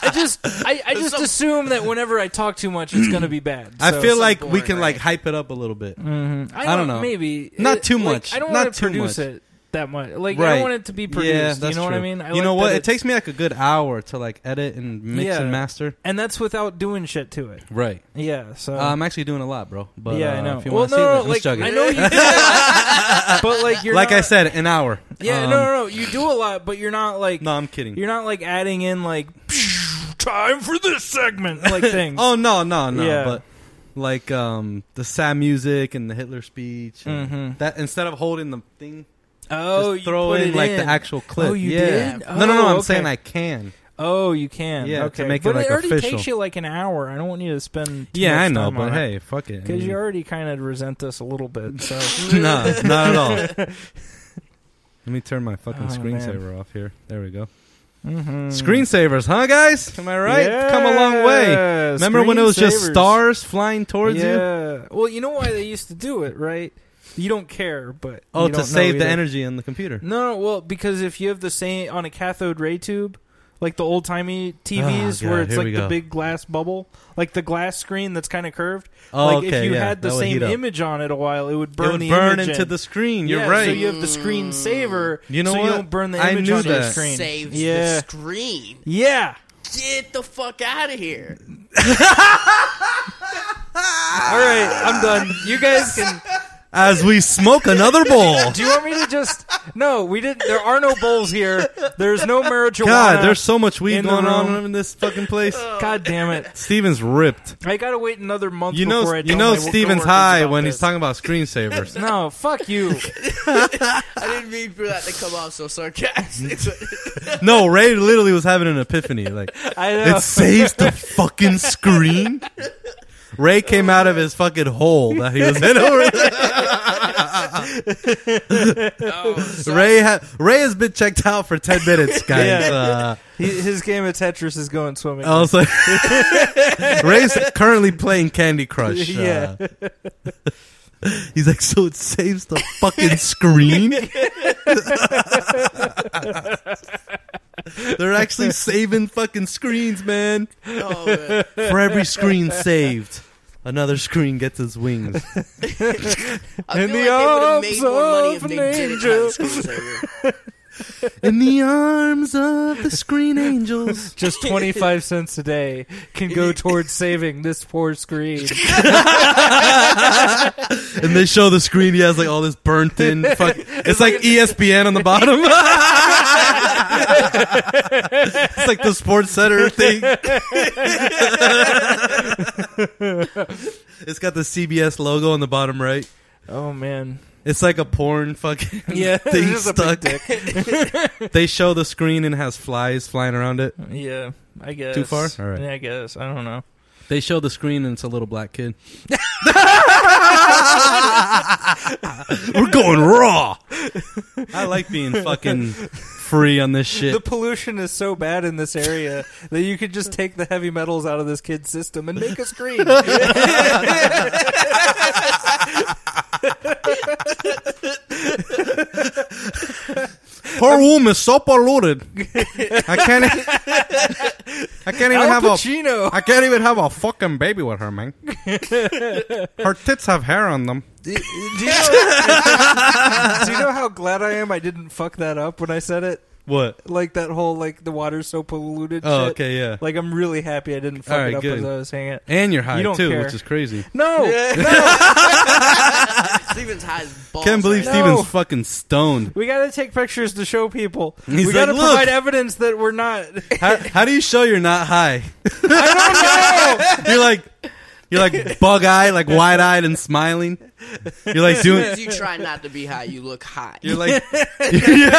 Speaker 2: I just, I, I just
Speaker 3: Some-
Speaker 2: assume problem that whenever I talk too much, it's going to be bad.
Speaker 1: I
Speaker 2: So-
Speaker 1: feel like we
Speaker 3: boring,
Speaker 1: can like
Speaker 3: right?
Speaker 1: hype it up a little bit.
Speaker 2: Mhm.
Speaker 1: I don't know.
Speaker 2: Maybe
Speaker 1: Not
Speaker 2: It-
Speaker 1: too
Speaker 2: like,
Speaker 1: much.
Speaker 2: I don't
Speaker 1: Not
Speaker 2: want to
Speaker 1: too
Speaker 2: produce
Speaker 1: much.
Speaker 2: it that much. Like I
Speaker 1: Right.
Speaker 2: don't want it to be produced. you know what I
Speaker 1: true.
Speaker 2: mean? I
Speaker 1: you
Speaker 2: like
Speaker 1: know
Speaker 2: that
Speaker 1: what? It
Speaker 2: it's-
Speaker 1: takes me like a good hour to like edit and mix
Speaker 2: Yeah.
Speaker 1: and master.
Speaker 2: and that's without doing shit to it.
Speaker 1: Right.
Speaker 2: Yeah. So
Speaker 1: Uh, I'm actually doing a lot, bro. But
Speaker 2: yeah,
Speaker 1: uh,
Speaker 2: I know.
Speaker 1: If you
Speaker 2: well,
Speaker 1: want to
Speaker 2: no, no,
Speaker 1: see,
Speaker 2: like
Speaker 1: let's jug
Speaker 2: I
Speaker 1: it.
Speaker 2: know you, do that, but like you're
Speaker 1: Like
Speaker 2: not,
Speaker 1: I said, an hour.
Speaker 2: yeah,
Speaker 1: Um,
Speaker 2: no, no, no, you do a lot, but you're not like
Speaker 1: No, I'm kidding.
Speaker 2: you're not like adding in like time for this segment like things.
Speaker 1: Oh no, no, no.
Speaker 2: Yeah.
Speaker 1: But like um the sad music and the Hitler speech. and
Speaker 2: Mhm.
Speaker 1: That instead of holding the thing,
Speaker 2: oh,
Speaker 1: just
Speaker 2: you
Speaker 1: throw
Speaker 2: put
Speaker 1: in
Speaker 2: it
Speaker 1: like the
Speaker 2: in.
Speaker 1: actual clip.
Speaker 2: Oh, you
Speaker 1: yeah.
Speaker 2: did?
Speaker 1: no, no, no.
Speaker 2: Oh,
Speaker 1: I'm
Speaker 2: okay.
Speaker 1: saying I can.
Speaker 2: Oh, you can.
Speaker 1: Yeah, to
Speaker 2: okay.
Speaker 1: make it,
Speaker 2: but
Speaker 1: like,
Speaker 2: it already
Speaker 1: official.
Speaker 2: takes you like an hour. I don't want you to spend. Too
Speaker 1: Yeah,
Speaker 2: much
Speaker 1: I know.
Speaker 2: time
Speaker 1: But
Speaker 2: on it.
Speaker 1: hey, fuck it. I
Speaker 2: because
Speaker 1: mean,
Speaker 2: you already kind of resent us a little bit. So
Speaker 1: no, not at all. Let me turn my fucking
Speaker 2: Oh, man.
Speaker 1: screensaver off here. There we go.
Speaker 2: Mhm.
Speaker 1: Screensavers, huh, guys? Am I right? It's Come a long way.
Speaker 2: Yeah,
Speaker 1: Remember when it was just
Speaker 2: screensavers.
Speaker 1: stars flying towards you?
Speaker 2: yeah. Well, you know why they used to do it, right? You don't care, but
Speaker 1: Oh,
Speaker 2: you
Speaker 1: to
Speaker 2: don't know
Speaker 1: save the
Speaker 2: either.
Speaker 1: energy on the computer.
Speaker 2: No, no, well, because if you have the same on a cathode ray tube, like the old timey TVs,
Speaker 1: Oh, God,
Speaker 2: where it's
Speaker 1: here we
Speaker 2: like the
Speaker 1: go.
Speaker 2: big glass bubble, like the glass screen that's kind of curved.
Speaker 1: Oh,
Speaker 2: like
Speaker 1: okay,
Speaker 2: if you
Speaker 1: yeah,
Speaker 2: had the
Speaker 1: that would
Speaker 2: same
Speaker 1: heat up.
Speaker 2: image on it a while, it would burn
Speaker 1: it would
Speaker 2: the
Speaker 1: burn
Speaker 2: image
Speaker 1: into
Speaker 2: in.
Speaker 1: the screen. You're
Speaker 2: Yeah,
Speaker 1: right. Mm.
Speaker 2: So you have the screensaver.
Speaker 1: You know
Speaker 2: so
Speaker 1: what?
Speaker 2: you don't burn the
Speaker 1: I
Speaker 2: image
Speaker 1: knew
Speaker 2: on your
Speaker 1: that.
Speaker 2: screen.
Speaker 3: Saves
Speaker 2: yeah.
Speaker 3: the screen.
Speaker 2: yeah.
Speaker 3: Get the fuck out of here.
Speaker 2: All right, I'm done. You guys can.
Speaker 1: As we smoke another bowl.
Speaker 2: Do you want me to just? No, we didn't. There are no bowls here. There's no marijuana.
Speaker 1: God, there's so much weed
Speaker 2: in the
Speaker 1: going on
Speaker 2: room.
Speaker 1: in this fucking place.
Speaker 2: God damn it!
Speaker 1: Steven's ripped.
Speaker 2: I gotta wait another month.
Speaker 1: You know,
Speaker 2: before I
Speaker 1: you
Speaker 2: tell
Speaker 1: know,
Speaker 2: my
Speaker 1: Steven's
Speaker 2: coworkers
Speaker 1: high
Speaker 2: about
Speaker 1: when
Speaker 2: this.
Speaker 1: he's talking about screensavers.
Speaker 2: No, fuck you.
Speaker 3: I didn't mean for that to come off so sarcastic.
Speaker 1: no, Ray literally was having an epiphany. Like,
Speaker 2: I know.
Speaker 1: It saves the fucking screen. Ray came out of his fucking hole that he was in over there.
Speaker 3: Oh,
Speaker 1: Ray, ha- Ray has been checked out for 10 minutes, guys.
Speaker 2: Yeah.
Speaker 1: Uh,
Speaker 2: He- his game of Tetris is going swimming.
Speaker 1: I was like, Ray's currently playing Candy Crush. uh,
Speaker 2: Yeah.
Speaker 1: he's like, so it saves the fucking screen? They're actually saving fucking screens, man.
Speaker 3: oh, man.
Speaker 1: For every screen saved, another screen gets its wings.
Speaker 3: I
Speaker 2: In
Speaker 3: feel
Speaker 2: the
Speaker 3: like
Speaker 2: arms
Speaker 3: they would have made more money if
Speaker 2: of
Speaker 3: they
Speaker 2: an
Speaker 3: did it
Speaker 2: angel.
Speaker 3: on screensaver.
Speaker 1: In the arms of the screen angels.
Speaker 2: Just 25 cents a day can go towards saving this poor screen.
Speaker 1: And they show the screen, he has like all this burnt in fuck it's like E ESPN on the bottom. it's like the sports center thing. it's got the CBS logo on the bottom right.
Speaker 2: Oh man.
Speaker 1: It's like a porn fucking
Speaker 2: Yeah, it's
Speaker 1: thing
Speaker 2: just a
Speaker 1: stuck.
Speaker 2: big
Speaker 1: they show the screen and it has flies flying around it.
Speaker 2: Yeah, I guess.
Speaker 1: Too far? All right.
Speaker 2: Yeah, I guess. I don't know.
Speaker 1: They show the screen and it's a little black kid. We're going raw. I like being fucking free on this
Speaker 2: The
Speaker 1: shit.
Speaker 2: pollution is so bad in this area that you could just take the heavy metals out of this kid's system and make a screen.
Speaker 1: Her room is so polluted. I can't. I can't even
Speaker 2: Al
Speaker 1: have a.
Speaker 2: Pacino.
Speaker 1: I can't even have a fucking baby with her, man. Her tits have hair on them.
Speaker 2: Do, do you know, do you know how glad I am I didn't fuck that up when I said it?
Speaker 1: What?
Speaker 2: Like that whole like the water's so polluted.
Speaker 1: Oh,
Speaker 2: shit.
Speaker 1: okay, yeah.
Speaker 2: Like I'm really happy I didn't fuck
Speaker 1: All right,
Speaker 2: it up
Speaker 1: good.
Speaker 2: as I was saying it.
Speaker 1: And you're high
Speaker 2: You don't
Speaker 1: too,
Speaker 2: care.
Speaker 1: which is crazy.
Speaker 2: No,
Speaker 3: Steven's high as balls.
Speaker 1: Can't believe
Speaker 2: No.
Speaker 3: right now.
Speaker 1: Steven's fucking stoned.
Speaker 2: we got to take pictures to show people.
Speaker 1: He's
Speaker 2: we got to
Speaker 1: like, "Look."
Speaker 2: provide evidence that we're not.
Speaker 1: How, how do you show you're not high? you're like you're like bug eyed, like wide eyed and smiling. You're like
Speaker 3: As
Speaker 1: doing.
Speaker 3: you try not to be high, you look high.
Speaker 1: You're like. Yeah.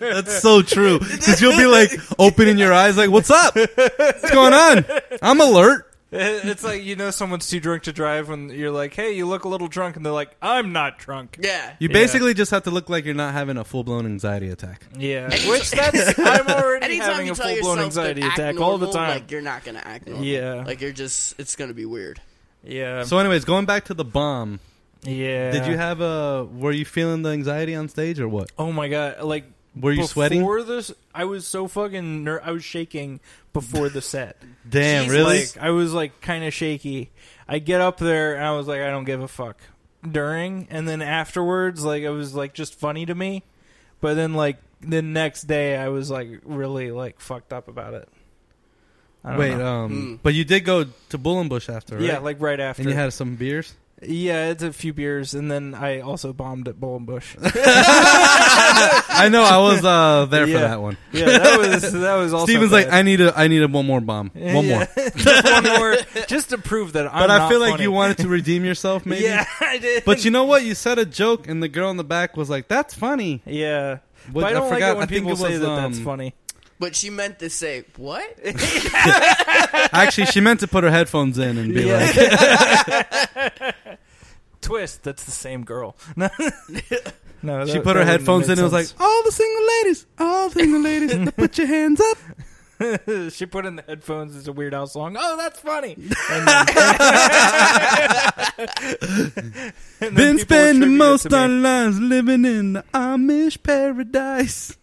Speaker 1: That's so true. Because you'll be like opening your eyes, like, "What's up? What's going on? I'm alert."
Speaker 2: It's like you know someone's too drunk to drive when you're like, "Hey, you look a little drunk," and they're like, "I'm not drunk."
Speaker 3: yeah.
Speaker 1: You
Speaker 2: Yeah.
Speaker 1: basically just have to look like you're not having a full blown anxiety attack.
Speaker 2: Yeah, which that's I'm already
Speaker 3: Anytime
Speaker 2: having
Speaker 3: you
Speaker 2: a
Speaker 3: tell
Speaker 2: full
Speaker 3: yourself
Speaker 2: blown
Speaker 3: to
Speaker 2: anxiety
Speaker 3: act
Speaker 2: attack all the
Speaker 3: normal,
Speaker 2: time.
Speaker 3: Like you're not gonna act normal.
Speaker 2: Yeah.
Speaker 3: Like you're just it's gonna be weird.
Speaker 2: yeah,
Speaker 1: So, anyways, going back to the bomb,
Speaker 2: yeah.
Speaker 1: did you have a? Were you feeling the anxiety on stage or what?
Speaker 2: Oh my god! Like
Speaker 1: Were you
Speaker 2: before
Speaker 1: sweating?
Speaker 2: this, I was so fucking. Ner- I was shaking before the set.
Speaker 1: Damn,
Speaker 3: Jesus.
Speaker 1: really?
Speaker 2: Like I was like kind of shaky. I get up there and I was like, I don't give a fuck. During and then afterwards, like it was like just funny to me. But then like the next day, I was like really like fucked up about it. I don't
Speaker 1: Wait,
Speaker 2: know. Hmm.
Speaker 3: Mm.
Speaker 1: um, but you did go to Bullenbush after, right?
Speaker 2: yeah, like right after.
Speaker 1: and you had some beers.
Speaker 2: yeah, it's a few beers, and then I also bombed at Bush.
Speaker 1: I know. I was uh, there for
Speaker 2: Yeah.
Speaker 1: that one.
Speaker 2: yeah, that was that was also.
Speaker 1: Steven's like,
Speaker 2: bad.
Speaker 1: I need a, I need a one more bomb, one more.
Speaker 2: just one more, just to prove that I'm.
Speaker 1: But I
Speaker 2: not
Speaker 1: feel like
Speaker 2: funny.
Speaker 1: you wanted to redeem yourself, maybe.
Speaker 2: Yeah, I did.
Speaker 1: But you know what? You said a joke, and the girl in the back was like, "That's funny."
Speaker 2: yeah,
Speaker 1: What-
Speaker 2: but I don't like
Speaker 1: forgot-
Speaker 2: it when
Speaker 1: I think
Speaker 2: people
Speaker 1: it
Speaker 2: say
Speaker 1: was,
Speaker 2: that that's
Speaker 1: um,
Speaker 2: funny.
Speaker 3: But she meant to say what?
Speaker 1: Actually, she meant to put her headphones in and be like,
Speaker 2: Twist. That's the same girl. No, no
Speaker 1: she
Speaker 2: that-
Speaker 1: put her
Speaker 2: that
Speaker 1: headphones in
Speaker 2: wouldn't
Speaker 1: and was
Speaker 2: make
Speaker 1: like, "All the single ladies, all the single ladies, now put your hands up."
Speaker 2: sense. she put in the headphones. It's a Weird Al song. Oh, that's funny.
Speaker 1: Been spending most our lives living in the Amish paradise.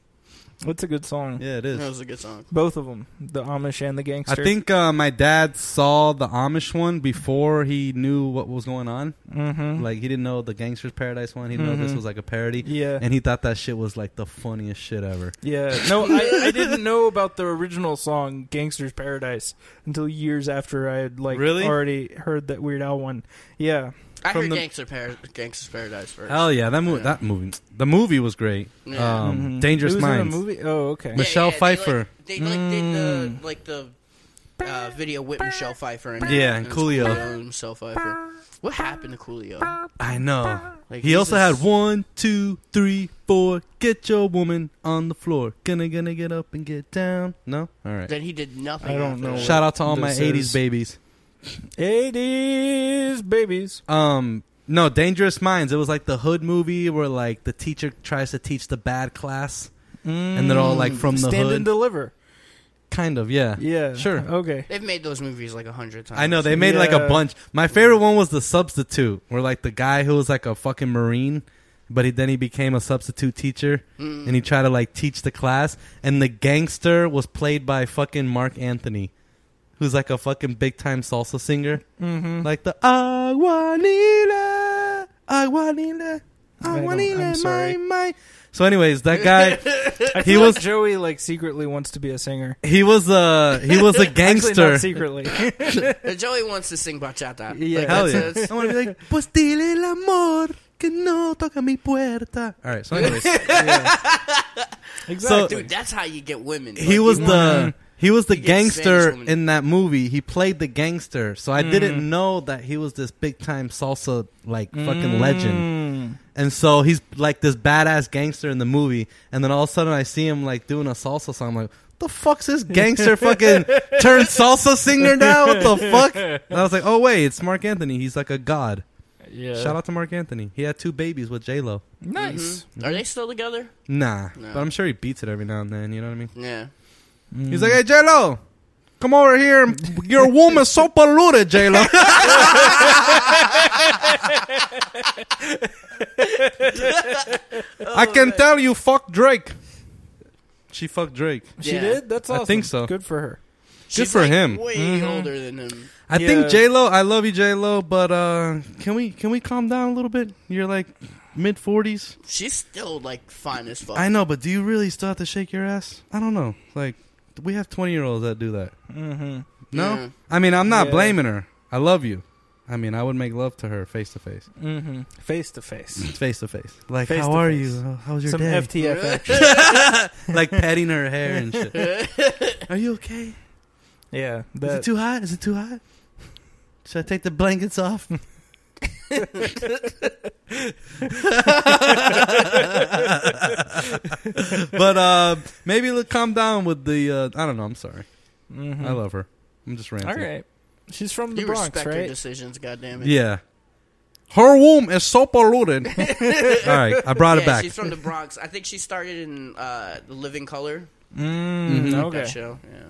Speaker 2: What's a good song?
Speaker 1: Yeah, it
Speaker 3: That
Speaker 1: is.
Speaker 3: was a good song.
Speaker 2: Both of them, the Amish and the
Speaker 1: I
Speaker 2: gangster.
Speaker 1: think uh, my dad saw the Amish one before he knew what was going on.
Speaker 2: Mm-hmm.
Speaker 1: Like he didn't know the Gangsters Paradise one. He didn't know this
Speaker 2: Mhm.
Speaker 1: was like a parody,
Speaker 2: yeah.
Speaker 1: and he thought that shit was like the funniest shit ever.
Speaker 2: Yeah, no, I, I didn't know about the original song "Gangster's Paradise" until years after I had like
Speaker 1: Really?
Speaker 2: already heard that Weird Al one. Yeah,
Speaker 3: I
Speaker 1: From
Speaker 3: heard
Speaker 1: the-
Speaker 3: Gangster Par- Gangster's Paradise first.
Speaker 1: Hell yeah, that movie.
Speaker 3: Yeah.
Speaker 1: That movie. The movie was great.
Speaker 3: Yeah.
Speaker 1: Um,
Speaker 2: Mhm.
Speaker 1: Dangerous
Speaker 2: it was in a
Speaker 1: Minds.
Speaker 2: movie. Oh, okay.
Speaker 1: Yeah. Michelle
Speaker 3: they,
Speaker 1: Pfeiffer.
Speaker 3: like- They like, did
Speaker 2: Mm.
Speaker 3: the like the uh, video with Michelle Pfeiffer and
Speaker 1: Yeah, and Coolio.
Speaker 3: and Michelle Pfeiffer. What happened to Coolio?
Speaker 1: I know.
Speaker 3: Like,
Speaker 1: He
Speaker 3: he's
Speaker 1: also
Speaker 3: just-
Speaker 1: had one, two, three, four. Get your woman on the floor. Gonna gonna get up and get down. No, all right.
Speaker 3: Then he did nothing.
Speaker 2: I don't
Speaker 3: after
Speaker 2: know
Speaker 3: that.
Speaker 1: Shout out to all
Speaker 2: This
Speaker 1: my
Speaker 2: is-
Speaker 1: '80s babies.
Speaker 2: Eighties babies.
Speaker 1: Um, no, Dangerous Minds. It was like the hood movie where like the teacher tries to teach the bad class, and they're all like from the
Speaker 2: Stand
Speaker 1: hood.
Speaker 2: and deliver.
Speaker 1: kind of, yeah.
Speaker 2: Yeah,
Speaker 1: Sure.
Speaker 2: Okay.
Speaker 3: They've made those movies like a hundred times.
Speaker 1: I know they made like a
Speaker 2: Yeah.
Speaker 1: bunch. My favorite one was the substitute, where like the guy who was like a fucking marine, but he, then he became a substitute teacher,
Speaker 3: Mm.
Speaker 1: and he tried to like teach the class. And the gangster was played by fucking Mark Anthony, who's like a fucking big time salsa singer,
Speaker 2: Mm-hmm.
Speaker 1: like the Aguanila, Aguanila,
Speaker 2: I don't- I'm
Speaker 1: Aguanila, my
Speaker 2: sorry.
Speaker 1: my. So, anyways, that guy
Speaker 2: I
Speaker 1: He
Speaker 2: feel
Speaker 1: was-
Speaker 2: like Joey like secretly wants to be a singer.
Speaker 1: he was a he was a
Speaker 2: Actually,
Speaker 1: gangster.
Speaker 2: not secretly.
Speaker 3: Uh, Joey wants to sing bachata.
Speaker 2: Yeah.
Speaker 3: like,
Speaker 1: Hell
Speaker 3: that's-
Speaker 1: yeah.
Speaker 3: that's-
Speaker 1: I want to be like, pues dile el amor que no toca mi puerta. All right, so anyways,
Speaker 2: Yeah. Exactly.
Speaker 3: dude, that's how you get women. Like,
Speaker 1: he
Speaker 3: you
Speaker 1: was
Speaker 3: want-
Speaker 1: the he was the
Speaker 3: You get Spanish
Speaker 1: gangster
Speaker 3: woman.
Speaker 1: in that movie. He played the gangster, so I
Speaker 2: Mm.
Speaker 1: didn't know that he was this big time salsa like fucking
Speaker 2: Mm.
Speaker 1: legend. And so he's like this badass gangster in the movie, and then all of a sudden I see him like doing a salsa song. I'm like, the fuck's this gangster fucking turned salsa singer now? What the fuck? And I was like, oh wait, it's Mark Anthony. He's like a god.
Speaker 2: Yeah.
Speaker 1: Shout out to Mark Anthony. He had two babies with J Lo.
Speaker 2: Nice.
Speaker 3: Mhm. Are they still together?
Speaker 1: Nah,
Speaker 3: No.
Speaker 1: but I'm sure he beats it every now and then. You know what I mean?
Speaker 3: Yeah.
Speaker 1: He's like, "Hey J Lo, come over here. Your womb is so polluted, J Lo." I
Speaker 2: Oh,
Speaker 1: can tell you, fuck Drake. She fucked Drake.
Speaker 2: she
Speaker 3: Yeah.
Speaker 2: did. That's
Speaker 1: I
Speaker 2: awesome.
Speaker 1: think so.
Speaker 2: Good for her.
Speaker 3: She's
Speaker 1: for
Speaker 3: like,
Speaker 1: him. Mm-hmm.
Speaker 3: Way
Speaker 2: Mhm.
Speaker 3: older than him.
Speaker 1: I
Speaker 2: Yeah.
Speaker 1: think J Lo. I love you, J Lo, but uh, can we can we calm down a little bit? You're like mid forties.
Speaker 3: She's still like fine as fuck.
Speaker 1: I know, but do you really still have to shake your ass? I don't know. Like, we have twenty year olds that do that.
Speaker 2: Mm-hmm.
Speaker 1: No,
Speaker 3: Yeah.
Speaker 1: I mean, I'm not
Speaker 2: Yeah.
Speaker 1: blaming her. I love you. I mean, I would make love to her face to face.
Speaker 2: Mm-hmm. Face to face.
Speaker 1: Face to face. Like,
Speaker 2: Face
Speaker 1: how
Speaker 2: to
Speaker 1: are
Speaker 2: face.
Speaker 1: you? How- How was your
Speaker 2: Some
Speaker 1: day?
Speaker 2: FTF action.
Speaker 1: like petting her hair and shit. are you okay?
Speaker 2: yeah.
Speaker 1: Is it
Speaker 2: That,
Speaker 1: too hot? Is it too hot? Should I take the blankets off? but uh, maybe look, calm down with the. Uh, I don't know. I'm sorry.
Speaker 2: Mhm.
Speaker 1: I love her. I'm just ranting.
Speaker 2: All right. She's from the
Speaker 3: you
Speaker 2: Bronx,
Speaker 3: respect her
Speaker 2: right?
Speaker 3: decisions, goddammit.
Speaker 1: Yeah. Her womb is so polluted. All right, I brought it
Speaker 3: Yeah,
Speaker 1: back.
Speaker 3: She's from the Bronx. I think she started in uh, The Living Color.
Speaker 2: Mm,
Speaker 1: Mhm.
Speaker 3: That
Speaker 2: Okay.
Speaker 3: show. Yeah.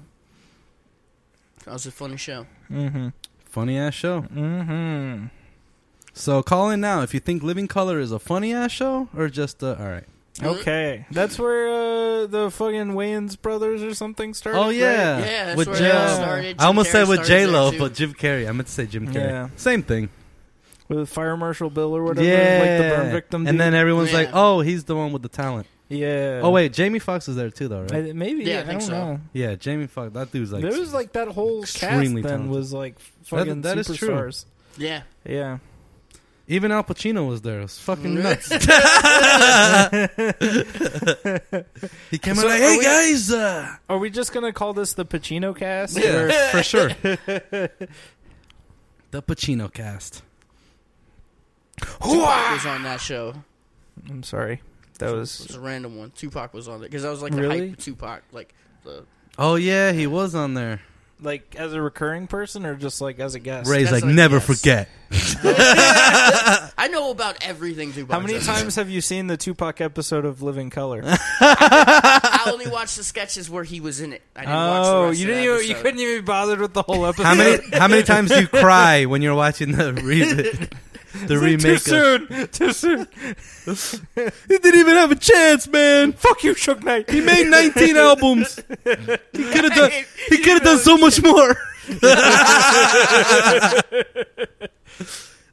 Speaker 3: That was a funny show.
Speaker 2: Mm-hmm.
Speaker 1: Funny ass show.
Speaker 2: Mm-hmm.
Speaker 1: So call in now if you think Living Color is a funny ass show or just a. All right.
Speaker 2: Okay, that's where uh, the fucking Wayans brothers or something started.
Speaker 1: Oh yeah,
Speaker 3: Yeah, that's
Speaker 1: with
Speaker 3: where
Speaker 1: J-
Speaker 3: it all
Speaker 2: Jim-
Speaker 3: started.
Speaker 1: I
Speaker 3: Jim
Speaker 1: almost said
Speaker 3: Carrey
Speaker 1: with J
Speaker 3: started there,
Speaker 1: Lo,
Speaker 3: too.
Speaker 1: but Jim Carrey. I meant to say Jim Carrey.
Speaker 2: Yeah.
Speaker 1: Same thing.
Speaker 2: right? with Fire Marshal Bill or whatever.
Speaker 1: yeah,
Speaker 2: like the burn victim.
Speaker 1: And
Speaker 2: dude.
Speaker 1: then everyone's like,
Speaker 3: Yeah.
Speaker 1: "Oh, he's the one with the talent."
Speaker 2: yeah.
Speaker 1: Oh wait, Jamie Foxx is there too, though, right?
Speaker 2: I- maybe
Speaker 3: Yeah, I
Speaker 2: I,
Speaker 3: think
Speaker 2: don't
Speaker 3: so.
Speaker 2: know.
Speaker 1: yeah, Jamie Foxx. That dude's like,
Speaker 2: there was like that whole cast
Speaker 1: extremely
Speaker 2: then
Speaker 1: talented.
Speaker 2: was like fucking
Speaker 1: that is true.
Speaker 2: superstars.
Speaker 3: Yeah.
Speaker 2: Yeah,
Speaker 1: even Al Pacino was there. It was fucking nuts. he came
Speaker 2: So
Speaker 1: out like,
Speaker 2: are
Speaker 1: "Hey
Speaker 2: we-
Speaker 1: guys, uh,
Speaker 2: are we just gonna call this the Pacino cast? Or-
Speaker 1: yeah, for sure." the Pacino cast.
Speaker 3: Tupac was on that show.
Speaker 2: I'm sorry, that
Speaker 3: It
Speaker 2: was
Speaker 3: was a random one. Tupac was on there because I was like the
Speaker 2: Really?
Speaker 3: hype for Tupac, like the
Speaker 1: Oh yeah, he was on there.
Speaker 2: like as a recurring person or just like as a guest.
Speaker 1: Ray's
Speaker 3: that's
Speaker 1: like,
Speaker 3: like-
Speaker 1: "Never
Speaker 3: yes.
Speaker 1: forget."
Speaker 3: I know about everything Tupac.
Speaker 2: How many
Speaker 3: says.
Speaker 2: times have you seen the Tupac episode of Living Color?
Speaker 3: I only watched the sketches where he was in it. I didn't watch the
Speaker 2: oh,
Speaker 3: rest
Speaker 2: you
Speaker 3: of
Speaker 2: didn't
Speaker 3: the
Speaker 2: even you
Speaker 3: episode.
Speaker 2: couldn't even be bothered with the whole episode.
Speaker 1: How many how many times do you cry when you're watching the re- the
Speaker 2: Too
Speaker 1: remake? Of,
Speaker 2: soon. Too soon.
Speaker 1: he didn't even have a chance, man.
Speaker 2: Fuck you, Shook Knight.
Speaker 1: He made 19 albums. He could have done. He could have done so much more.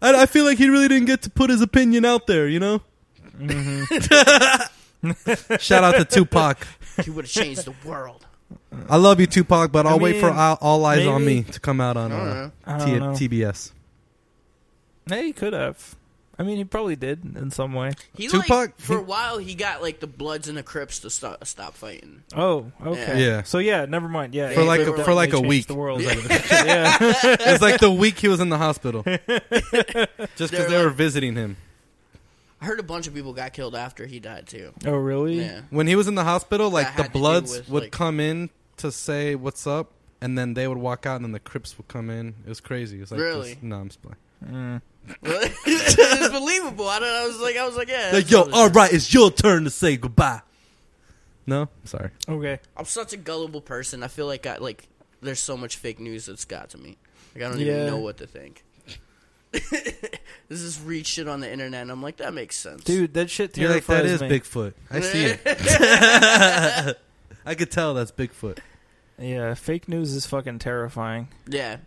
Speaker 1: I, I feel like he really didn't get to put his opinion out there. You know. Mm-hmm. Shout out to Tupac.
Speaker 3: You would have changed the world.
Speaker 1: I love you, Tupac, but
Speaker 2: I
Speaker 1: I'll wait for
Speaker 2: mean,
Speaker 1: all, all Eyes on
Speaker 2: maybe-
Speaker 1: Me to come out on
Speaker 3: I don't
Speaker 1: uh,
Speaker 3: know.
Speaker 2: I
Speaker 1: T-
Speaker 2: don't know.
Speaker 1: TBS.
Speaker 2: Yeah, he could have. I mean, he probably did in some way.
Speaker 3: He
Speaker 1: Tupac-
Speaker 3: like, for a while he got like the Bloods and the Crips to stop, stop fighting.
Speaker 2: Oh, okay.
Speaker 1: Yeah.
Speaker 2: So yeah, never mind. Yeah,
Speaker 1: For
Speaker 2: he
Speaker 1: like
Speaker 2: could
Speaker 3: a-
Speaker 2: have
Speaker 1: for like
Speaker 2: definitely
Speaker 1: a
Speaker 2: changed
Speaker 1: week.
Speaker 2: The world.
Speaker 3: Yeah.
Speaker 2: yeah.
Speaker 1: It's like the week he was in the hospital. Just because
Speaker 3: They're
Speaker 1: they were
Speaker 3: like-
Speaker 1: visiting him.
Speaker 3: I heard a bunch of people got killed after he died too.
Speaker 2: Oh, really?
Speaker 3: Yeah.
Speaker 1: When he was in the hospital,
Speaker 3: had
Speaker 1: like the
Speaker 3: to do
Speaker 1: Bloods
Speaker 3: with,
Speaker 1: would
Speaker 3: like-
Speaker 1: come in to say what's up, and then they would walk out, and then the Crips would come in. It was crazy. It was like
Speaker 3: Really?
Speaker 1: this- no, I'm just playing.
Speaker 2: Mm.
Speaker 3: it's believable. I, don't, I was like, I was like, yeah.
Speaker 1: Like
Speaker 3: that's
Speaker 1: yo,
Speaker 3: what it
Speaker 1: all
Speaker 3: is.
Speaker 1: right, it's your turn to say goodbye. No, sorry.
Speaker 2: Okay.
Speaker 3: I'm such a gullible person. I feel like I like there's so much fake news that's got to me. Like I don't
Speaker 2: Yeah.
Speaker 3: even know what to think. this is read shit on the internet, and I'm like, that makes sense,
Speaker 2: Dude, that shit
Speaker 1: You're like
Speaker 2: terrifies
Speaker 1: that is
Speaker 2: me.
Speaker 1: Bigfoot. I see it. I could tell that's Bigfoot.
Speaker 2: Yeah, fake news is fucking terrifying.
Speaker 3: Yeah,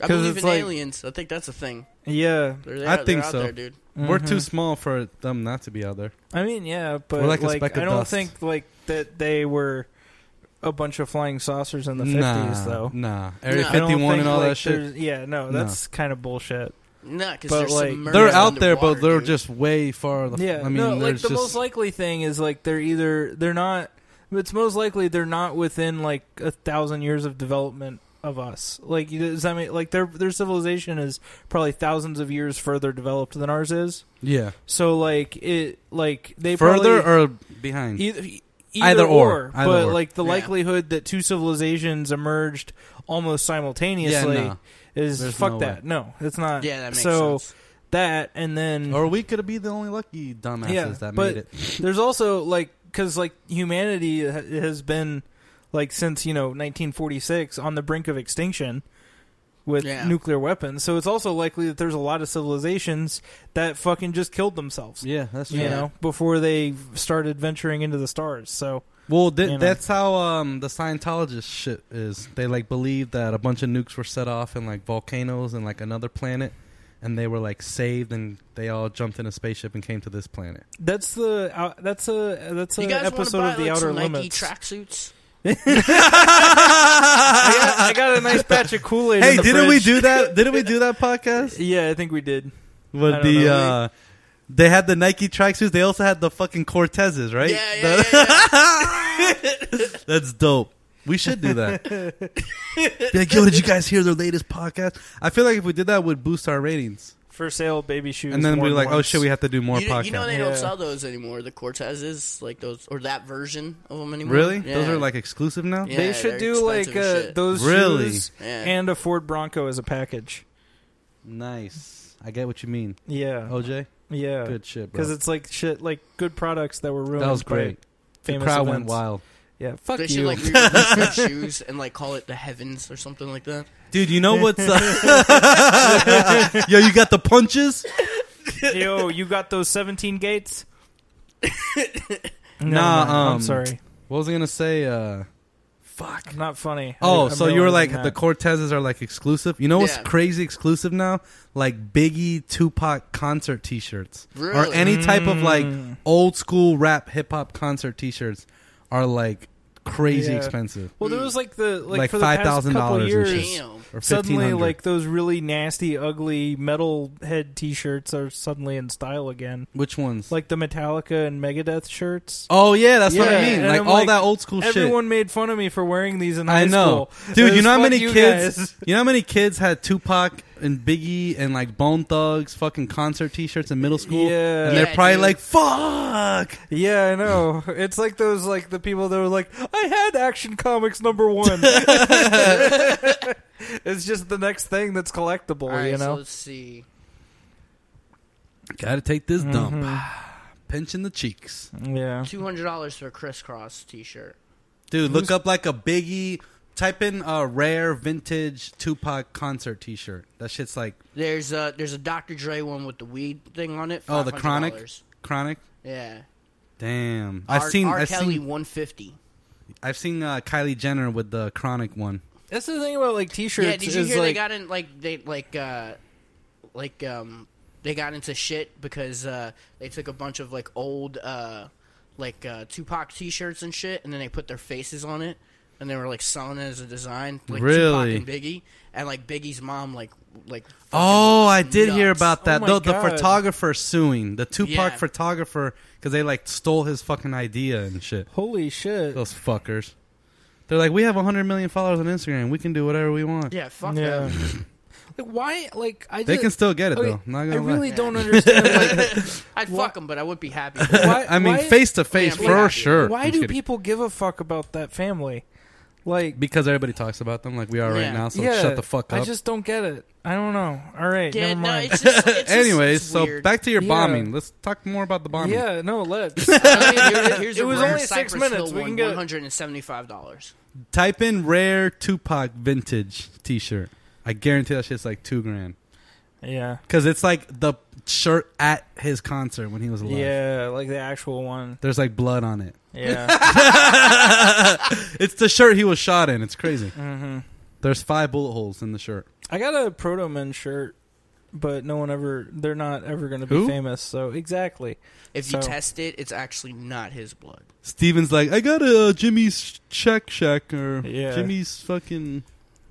Speaker 3: I
Speaker 2: 'Cause
Speaker 3: believe
Speaker 2: it's
Speaker 3: in
Speaker 2: like-
Speaker 3: aliens. I think that's a thing.
Speaker 2: Yeah.
Speaker 3: They're, they
Speaker 1: I
Speaker 3: are-
Speaker 1: think
Speaker 3: they're out
Speaker 1: so.
Speaker 3: there, dude.
Speaker 1: We're
Speaker 2: Mhm.
Speaker 1: too small for them not to be out there.
Speaker 2: I mean, yeah, but
Speaker 1: We're like
Speaker 2: like,
Speaker 1: a speck of
Speaker 2: I don't
Speaker 1: dust.
Speaker 2: think like that they were a bunch of flying saucers in the
Speaker 1: nah,
Speaker 2: fifties, though.
Speaker 1: nah. Area
Speaker 3: Nah. I don't
Speaker 1: 51
Speaker 2: think,
Speaker 1: and all
Speaker 2: like,
Speaker 1: that shit.
Speaker 2: there's- Yeah, no,
Speaker 1: No.
Speaker 2: that's kind of bullshit.
Speaker 3: Nah, because
Speaker 2: But,
Speaker 3: they're
Speaker 2: like-
Speaker 3: submerged
Speaker 1: They're out there,
Speaker 3: underwater,
Speaker 1: but they're
Speaker 3: dude.
Speaker 1: just way far. The,
Speaker 2: yeah,
Speaker 1: I mean,
Speaker 2: no, like
Speaker 1: there's
Speaker 2: the
Speaker 1: just
Speaker 2: most likely thing is like they're either they're not. It's most likely they're not within like a thousand years of development of us. Like, you- does that mean like their their civilization is probably thousands of years further developed than ours is?
Speaker 1: yeah,
Speaker 2: So like it like they
Speaker 1: further
Speaker 2: probably,
Speaker 1: or behind.
Speaker 2: either, e, either,
Speaker 1: Mm. Either
Speaker 2: or,
Speaker 1: or. Either
Speaker 2: but
Speaker 1: or.
Speaker 2: like the
Speaker 3: Yeah.
Speaker 2: likelihood that two civilizations emerged almost simultaneously
Speaker 1: no.
Speaker 2: is
Speaker 1: There's
Speaker 2: fuck
Speaker 1: no way.
Speaker 2: that no it's not
Speaker 3: yeah, that makes
Speaker 2: so
Speaker 3: sense.
Speaker 2: that and then
Speaker 1: Or we could be the only lucky dumbasses
Speaker 2: Yeah,
Speaker 1: that
Speaker 2: but-
Speaker 1: made it.
Speaker 2: there's also like because like humanity ha- has been like since you know 1946 on the brink of extinction with
Speaker 3: Yeah.
Speaker 2: nuclear weapons so it's also likely that there's a lot of civilizations that fucking just killed themselves
Speaker 1: Yeah, that's
Speaker 2: you
Speaker 1: true.
Speaker 3: Yeah.
Speaker 2: know before they started venturing into the stars so
Speaker 1: Well, th-
Speaker 2: You know.
Speaker 1: that's how um, the Scientologist shit is. They like believe that a bunch of nukes were set off in like volcanoes and like another planet, and they were like saved, and they all jumped in a spaceship and came to this planet.
Speaker 2: That's the uh, that's a that's
Speaker 3: You
Speaker 2: an
Speaker 3: guys want to
Speaker 2: episode
Speaker 3: buy
Speaker 2: of the
Speaker 3: like,
Speaker 2: Outer
Speaker 3: some Nike
Speaker 2: Limits.
Speaker 3: tracksuits?
Speaker 2: I, got, I got a nice batch of Kool Aid.
Speaker 1: hey, didn't we do that? Didn't we do that podcast?
Speaker 2: Yeah, I think we did. I
Speaker 1: With
Speaker 2: don't
Speaker 1: the
Speaker 2: know.
Speaker 1: uh, they had the Nike tracksuits. They also had the fucking Cortezes, right?
Speaker 3: Yeah, yeah, yeah,
Speaker 1: That's dope. We should do that. Be like, yo, did you guys hear their latest podcast? I feel like if we did that, it would boost our ratings.
Speaker 2: For sale, baby shoes.
Speaker 1: and then
Speaker 2: worn
Speaker 1: we're like, oh
Speaker 2: once.
Speaker 1: shit, we have to do more
Speaker 3: you,
Speaker 1: podcasts.
Speaker 3: you know they don't
Speaker 2: Yeah.
Speaker 3: sell those anymore. The Cortezes, like those, or that version of them anymore.
Speaker 1: really?
Speaker 3: Yeah.
Speaker 1: Those are like exclusive now.
Speaker 3: Yeah,
Speaker 2: they should
Speaker 3: they're
Speaker 2: do like
Speaker 3: expensive as
Speaker 2: uh,
Speaker 3: shit.
Speaker 2: those
Speaker 1: Really?
Speaker 2: shoes
Speaker 3: Yeah.
Speaker 2: and a Ford Bronco as a package.
Speaker 1: Nice. I get what you mean.
Speaker 2: Yeah,
Speaker 1: OJ,
Speaker 2: yeah.
Speaker 1: Oh, good shit, bro.
Speaker 2: Because it's like shit, like good products that were ruined.
Speaker 1: that was
Speaker 2: by
Speaker 1: great. The
Speaker 2: Famous
Speaker 1: crowd
Speaker 2: events.
Speaker 1: went wild,
Speaker 2: Yeah, fuck
Speaker 3: they should
Speaker 2: you.
Speaker 3: like re-release their shoes and like call it the heavens or something like that.
Speaker 1: dude. You know what's? Uh, yo, you got the punches.
Speaker 2: Yo, you got those seventeen gates? No,
Speaker 1: Nah,
Speaker 2: no,
Speaker 1: um,
Speaker 2: I'm sorry.
Speaker 1: What was I gonna say? Uh, fuck.
Speaker 2: I'm not funny.
Speaker 1: Oh,
Speaker 2: I- I'm
Speaker 1: so you were like
Speaker 2: realizing
Speaker 1: the
Speaker 2: that.
Speaker 1: Cortezes are like exclusive. You know what's
Speaker 3: Yeah.
Speaker 1: crazy exclusive now? Like Biggie, Tupac concert T-shirts, or
Speaker 3: Really?
Speaker 1: any type of like
Speaker 2: Mm.
Speaker 1: old school rap, hip hop concert T-shirts are like crazy
Speaker 2: Yeah.
Speaker 1: expensive.
Speaker 2: Well, there was like the like,
Speaker 1: Like
Speaker 2: for the past
Speaker 1: $5,000
Speaker 2: couple
Speaker 1: and
Speaker 2: years,
Speaker 1: shit.
Speaker 3: Damn.
Speaker 1: Or
Speaker 2: Suddenly,
Speaker 1: 1500.
Speaker 2: like those really nasty, ugly metal head T-shirts are suddenly in style again.
Speaker 1: which ones?
Speaker 2: Like the Metallica and Megadeth shirts.
Speaker 1: oh yeah, that's what
Speaker 2: Yeah,
Speaker 1: I mean.
Speaker 2: and
Speaker 1: Like
Speaker 2: I'm
Speaker 1: all
Speaker 2: like,
Speaker 1: that old school Oh, shit.
Speaker 2: Everyone made fun of me for wearing these in high
Speaker 1: I know,
Speaker 2: school.
Speaker 1: dude.
Speaker 2: It
Speaker 1: You
Speaker 2: was,
Speaker 1: know how
Speaker 2: "Fuck
Speaker 1: many
Speaker 2: you
Speaker 1: kids?
Speaker 2: guys."
Speaker 1: You know how many kids had Tupac and Biggie and like Bone Thugs fucking concert T-shirts in middle school?
Speaker 2: Yeah.
Speaker 1: and they're
Speaker 3: Yeah,
Speaker 1: probably
Speaker 3: dude.
Speaker 1: like, "Fuck."
Speaker 2: Yeah, I know. It's like those like the people that were like, I had Action Comics number one. it's just the next thing that's collectible,
Speaker 3: All right,
Speaker 2: you
Speaker 3: so
Speaker 2: know.
Speaker 3: let's see.
Speaker 1: Gotta take this dump. Pinching the cheeks.
Speaker 2: Mm-hmm. Yeah.
Speaker 3: Two hundred dollars for a crisscross T-shirt.
Speaker 1: Dude,
Speaker 2: Who's-
Speaker 1: look up like a biggie. Type in a rare vintage Tupac concert t shirt. That shit's like
Speaker 3: There's a there's a Dr. Dre one with the weed thing on it.
Speaker 1: Oh, the
Speaker 3: $500.
Speaker 1: Chronic? chronic.
Speaker 3: Yeah,
Speaker 1: Damn.
Speaker 3: R-
Speaker 1: I've seen
Speaker 3: R.
Speaker 1: I've
Speaker 3: Kelly
Speaker 1: seen
Speaker 3: one fifty.
Speaker 1: I've seen uh, Kylie Jenner with the chronic one.
Speaker 2: That's the thing about like T-shirts.
Speaker 3: Yeah, did you
Speaker 2: is,
Speaker 3: hear they
Speaker 2: like,
Speaker 3: got in like they like uh like um they got into shit because uh they took a bunch of like old uh like uh Tupac T-shirts and shit, and then they put their faces on it, and they were like selling it as a design, like
Speaker 1: Really?
Speaker 3: Tupac and Biggie, and like Biggie's mom like like. fucking
Speaker 1: Oh, I
Speaker 3: was
Speaker 1: did hear
Speaker 3: nuts.
Speaker 1: about that.
Speaker 2: my
Speaker 1: Though the
Speaker 2: God.
Speaker 1: photographer suing the Tupac
Speaker 3: Yeah.
Speaker 1: photographer because they like stole his fucking idea and shit.
Speaker 2: Holy shit!
Speaker 1: Those fuckers. They're like, we have 100 million followers on Instagram. We can do whatever we want.
Speaker 3: Yeah, fuck
Speaker 2: yeah.
Speaker 3: them.
Speaker 2: like, why? Like I.
Speaker 1: They
Speaker 2: just-
Speaker 1: can still get it
Speaker 2: okay,
Speaker 1: though. I'm not
Speaker 2: I
Speaker 1: gonna lie.
Speaker 2: really
Speaker 3: lie.
Speaker 2: don't understand. Like,
Speaker 3: I'd
Speaker 2: Why-
Speaker 3: fuck them, but I would be happy. for it.
Speaker 2: why,
Speaker 1: I mean,
Speaker 2: why,
Speaker 1: face to face
Speaker 3: Yeah,
Speaker 1: for
Speaker 3: why-
Speaker 1: sure.
Speaker 2: Why
Speaker 1: I'm
Speaker 2: do
Speaker 1: just kidding.
Speaker 2: people give a fuck about that family? Like,
Speaker 1: Because everybody talks about them like we are right
Speaker 3: Yeah.
Speaker 1: now. So
Speaker 2: yeah,
Speaker 1: shut the fuck up.
Speaker 2: I just don't get it. I don't know. All right,
Speaker 3: Yeah,
Speaker 2: never
Speaker 3: no,
Speaker 2: mind.
Speaker 3: it's just, it's just-
Speaker 1: Anyways,
Speaker 3: it's
Speaker 1: so
Speaker 3: weird.
Speaker 1: back to your
Speaker 2: Yeah.
Speaker 1: bombing. Let's talk more about the bombing.
Speaker 2: Yeah, no, let's.
Speaker 3: I mean, here- here's
Speaker 2: It
Speaker 3: a
Speaker 2: was
Speaker 3: rare
Speaker 2: only six
Speaker 3: Cypress
Speaker 2: minutes.
Speaker 3: Hill
Speaker 2: We
Speaker 3: one,
Speaker 2: can get-
Speaker 3: one hundred and seventy-five dollars.
Speaker 1: Type in rare Tupac vintage T-shirt. I guarantee that shit's like two grand
Speaker 2: yeah,
Speaker 1: because it's like the shirt at his concert when he was alive.
Speaker 2: yeah, like the actual one.
Speaker 1: There's like blood on it.
Speaker 2: Yeah.
Speaker 1: It's the shirt he was shot in. It's crazy.
Speaker 2: hmm
Speaker 1: There's five bullet holes in the shirt.
Speaker 2: I got a Proto Man shirt, but no one ever. They're not ever going to be
Speaker 1: Who?
Speaker 2: famous. So exactly.
Speaker 3: If you
Speaker 2: So-
Speaker 3: test it, it's actually not his blood.
Speaker 1: Steven's like, I got a uh, Jimmy's Shack Shack or
Speaker 2: Yeah.
Speaker 1: Jimmy's fucking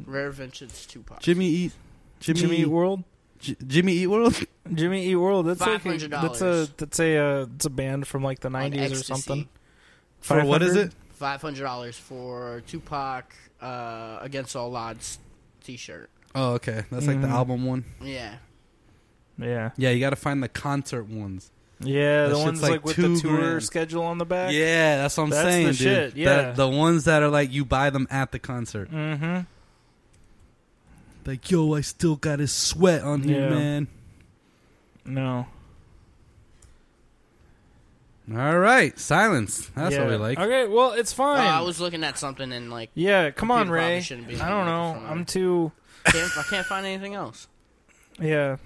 Speaker 3: Rare Vengeance Tupac.
Speaker 1: Jimmy Eat Jimmy,
Speaker 2: Jimmy Eat World.
Speaker 1: J- Jimmy Eat World.
Speaker 2: Jimmy Eat World. That's like a,
Speaker 3: $500.
Speaker 2: that's a that's a uh, it's a band from like the
Speaker 3: on
Speaker 2: nineties or
Speaker 3: Ecstasy.
Speaker 2: something.
Speaker 1: For what is
Speaker 2: 500?
Speaker 1: it?
Speaker 3: Five hundred dollars for Tupac uh, Against All Odds T-shirt.
Speaker 1: Oh, okay. That's like the
Speaker 2: Mhm.
Speaker 3: Mm-hmm.
Speaker 1: album one.
Speaker 3: Yeah,
Speaker 2: Yeah,
Speaker 1: Yeah, you got to find the concert ones.
Speaker 2: yeah.
Speaker 1: That
Speaker 2: the
Speaker 1: shit's
Speaker 2: ones
Speaker 1: like
Speaker 2: like, with
Speaker 1: two
Speaker 2: the tour
Speaker 1: grand.
Speaker 2: schedule on the back.
Speaker 1: Yeah, that's what I'm
Speaker 2: That's
Speaker 1: saying,
Speaker 2: the
Speaker 1: dude.
Speaker 2: shit,
Speaker 1: That-
Speaker 2: yeah.
Speaker 1: the ones that are like you buy them at the concert.
Speaker 2: Mm-hmm.
Speaker 1: Like, yo, I still got his sweat on here,
Speaker 2: Yeah.
Speaker 1: man.
Speaker 2: No.
Speaker 1: All right, silence. That's what
Speaker 2: Yeah.
Speaker 1: we like.
Speaker 2: Okay. Well, it's
Speaker 3: Uh,
Speaker 2: fine.
Speaker 3: I was looking at something and like,
Speaker 2: yeah. Come on,
Speaker 3: Computer probably
Speaker 2: Ray.
Speaker 3: shouldn't be
Speaker 2: I don't
Speaker 3: on the
Speaker 2: know.
Speaker 3: phone.
Speaker 2: I'm too.
Speaker 3: can't, I can't find anything else.
Speaker 2: Yeah.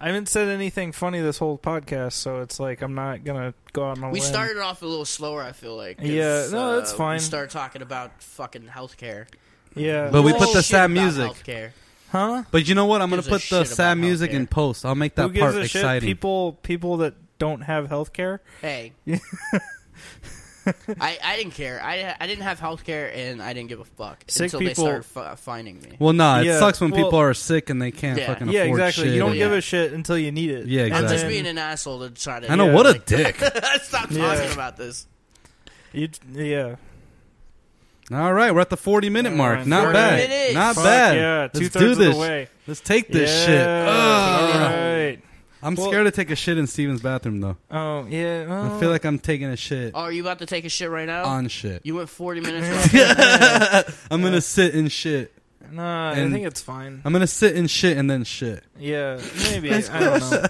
Speaker 2: I haven't said anything funny this whole podcast, so it's like I'm not gonna go out on a
Speaker 3: We
Speaker 2: limb.
Speaker 3: started off a little slower. I feel like. 'cause,
Speaker 2: Oh, Yeah, no, that's
Speaker 3: uh,
Speaker 2: fine.
Speaker 3: We start talking about fucking healthcare.
Speaker 2: Yeah.
Speaker 1: But we
Speaker 3: Who
Speaker 1: put
Speaker 3: gives
Speaker 1: the
Speaker 3: a shit
Speaker 1: sad
Speaker 3: about
Speaker 1: music.
Speaker 3: Healthcare.
Speaker 2: huh?
Speaker 1: But you know what? I'm gonna
Speaker 3: Gives a
Speaker 1: put the
Speaker 3: shit
Speaker 1: sad
Speaker 3: about
Speaker 1: music
Speaker 3: healthcare.
Speaker 1: in post. I'll make
Speaker 2: Who
Speaker 1: that
Speaker 2: gives
Speaker 1: part
Speaker 2: a shit?
Speaker 1: exciting.
Speaker 2: People, people that don't have health care.
Speaker 3: Hey. I, I didn't care. I I didn't have healthcare and I didn't give a fuck
Speaker 2: Sick
Speaker 3: until
Speaker 2: people-
Speaker 3: they started f- finding me.
Speaker 1: Well, nah, it
Speaker 2: Yeah,
Speaker 1: sucks when
Speaker 2: well-
Speaker 1: people are sick and they can't
Speaker 3: Yeah.
Speaker 1: fucking
Speaker 2: Yeah,
Speaker 1: afford
Speaker 2: exactly.
Speaker 1: shit.
Speaker 2: You don't
Speaker 1: or-
Speaker 2: give a shit until you need it.
Speaker 1: Yeah,
Speaker 3: I'm just
Speaker 1: exactly.
Speaker 3: being an asshole to try to.
Speaker 1: I know
Speaker 2: Yeah,
Speaker 1: what a
Speaker 3: like-
Speaker 1: dick.
Speaker 3: Stop
Speaker 2: Yeah.
Speaker 3: talking about this.
Speaker 2: You, yeah.
Speaker 1: All right, we're at the 40 minute mark.
Speaker 2: Alright,
Speaker 1: Not
Speaker 2: 40
Speaker 1: bad.
Speaker 3: minutes.
Speaker 1: Not
Speaker 2: Fuck
Speaker 1: bad.
Speaker 2: Yeah.
Speaker 1: Let's
Speaker 2: Two
Speaker 1: do
Speaker 2: thirds
Speaker 1: this.
Speaker 2: of the way.
Speaker 1: Let's take this
Speaker 2: yeah.
Speaker 1: shit.
Speaker 2: All
Speaker 1: Ugh.
Speaker 2: right.
Speaker 1: I'm
Speaker 2: Well-
Speaker 1: scared to take a shit in Steven's bathroom though.
Speaker 2: Oh yeah. Well,
Speaker 1: I feel like I'm taking a shit
Speaker 2: uh,
Speaker 3: Oh, are you about to take a shit right now?
Speaker 1: on shit.
Speaker 3: you went 40 minutes. without-
Speaker 1: I'm gonna sit in shit.
Speaker 2: Nah, I
Speaker 1: And-
Speaker 2: think it's fine.
Speaker 1: I'm gonna sit in shit and then shit.
Speaker 2: Yeah, maybe. I don't know.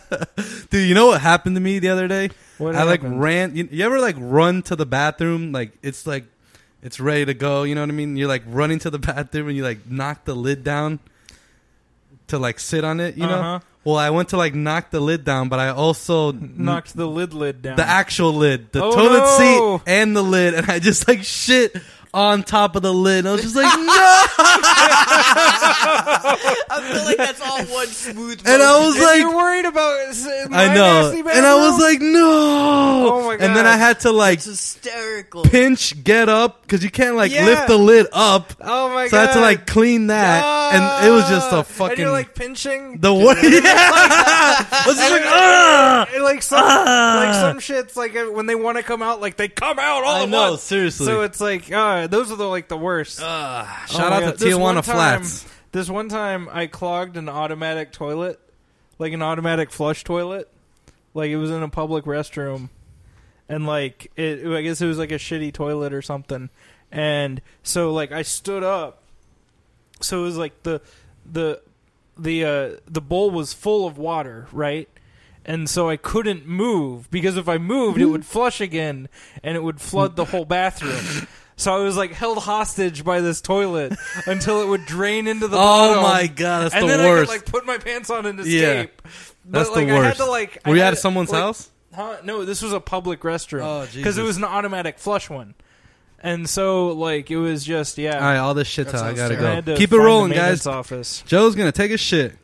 Speaker 1: Dude, you know what happened to me the other day?
Speaker 2: What
Speaker 1: I like
Speaker 2: happened?
Speaker 1: ran. You, you ever like run to the bathroom? Like it's like it's ready to go. You know what I mean? You're like running to the bathroom and you like knock the lid down to like sit on it. You know.
Speaker 2: Uh-huh.
Speaker 1: Well, I went to like knock the lid down, but I also
Speaker 2: knocked the lid lid down.
Speaker 1: the actual lid, the
Speaker 2: Oh,
Speaker 1: toilet
Speaker 2: no.
Speaker 1: seat, and the lid, and I just like shit on top of the lid. And I was just like, no.
Speaker 3: I feel like that's all one smooth.
Speaker 1: And I
Speaker 3: motion.
Speaker 1: was
Speaker 2: If
Speaker 1: like,
Speaker 2: you're worried about. s- my
Speaker 1: I know.
Speaker 2: nasty
Speaker 1: And I was
Speaker 2: bathroom?
Speaker 1: like, no.
Speaker 2: Oh my
Speaker 1: And then
Speaker 2: God.
Speaker 1: I had to like
Speaker 3: it's hysterical.
Speaker 1: pinch, get up, because you can't like
Speaker 2: Yeah.
Speaker 1: lift the lid up.
Speaker 2: oh my
Speaker 1: so I
Speaker 2: god.
Speaker 1: had to like clean that, and it was just a
Speaker 2: Ah.
Speaker 1: fucking
Speaker 2: And you're like pinching.
Speaker 1: the what? Yeah, I was just like, ah.
Speaker 2: And, like some, like some shits, like uh, when they want to come out, like they come out all
Speaker 1: I
Speaker 2: at
Speaker 1: know,
Speaker 2: once.
Speaker 1: seriously.
Speaker 2: So it's like, uh, those are the like the worst. Oh
Speaker 1: Shout
Speaker 2: my
Speaker 1: out
Speaker 2: God.
Speaker 1: to
Speaker 2: This one time-
Speaker 1: Tijuana Flats.
Speaker 2: This one time, I clogged an automatic toilet, like an automatic flush toilet, like it was in a public restroom, and like it, I guess it was like a shitty toilet or something, and so like I stood up, so it was like the the the uh, the bowl was full of water, right? And so I couldn't move because if I moved, it
Speaker 1: Mm.
Speaker 2: would flush again, and it would flood the whole bathroom. So I was like held hostage by this toilet until it would drain into the bottom.
Speaker 1: Oh my god, that's
Speaker 2: and
Speaker 1: the
Speaker 2: then
Speaker 1: worst.
Speaker 2: I could like put my pants on and
Speaker 1: Yeah.
Speaker 2: escape. But,
Speaker 1: that's
Speaker 2: like,
Speaker 1: the
Speaker 2: I
Speaker 1: worst.
Speaker 2: had to, like, I
Speaker 1: Were you
Speaker 2: had
Speaker 1: at
Speaker 2: to,
Speaker 1: someone's
Speaker 2: like-
Speaker 1: house?
Speaker 2: Huh? No, this was a public
Speaker 1: Oh,
Speaker 2: restroom because it
Speaker 1: Jesus.
Speaker 2: was an automatic flush one, and so like it was just
Speaker 1: All
Speaker 2: yeah.
Speaker 1: right, all this shit
Speaker 3: That
Speaker 1: talk. I
Speaker 3: sounds
Speaker 1: gotta
Speaker 2: I had
Speaker 1: go.
Speaker 2: to
Speaker 1: Keep it
Speaker 2: find the
Speaker 1: rolling,
Speaker 2: maintenance
Speaker 1: guys.
Speaker 2: Office
Speaker 1: Joe's gonna take a shit.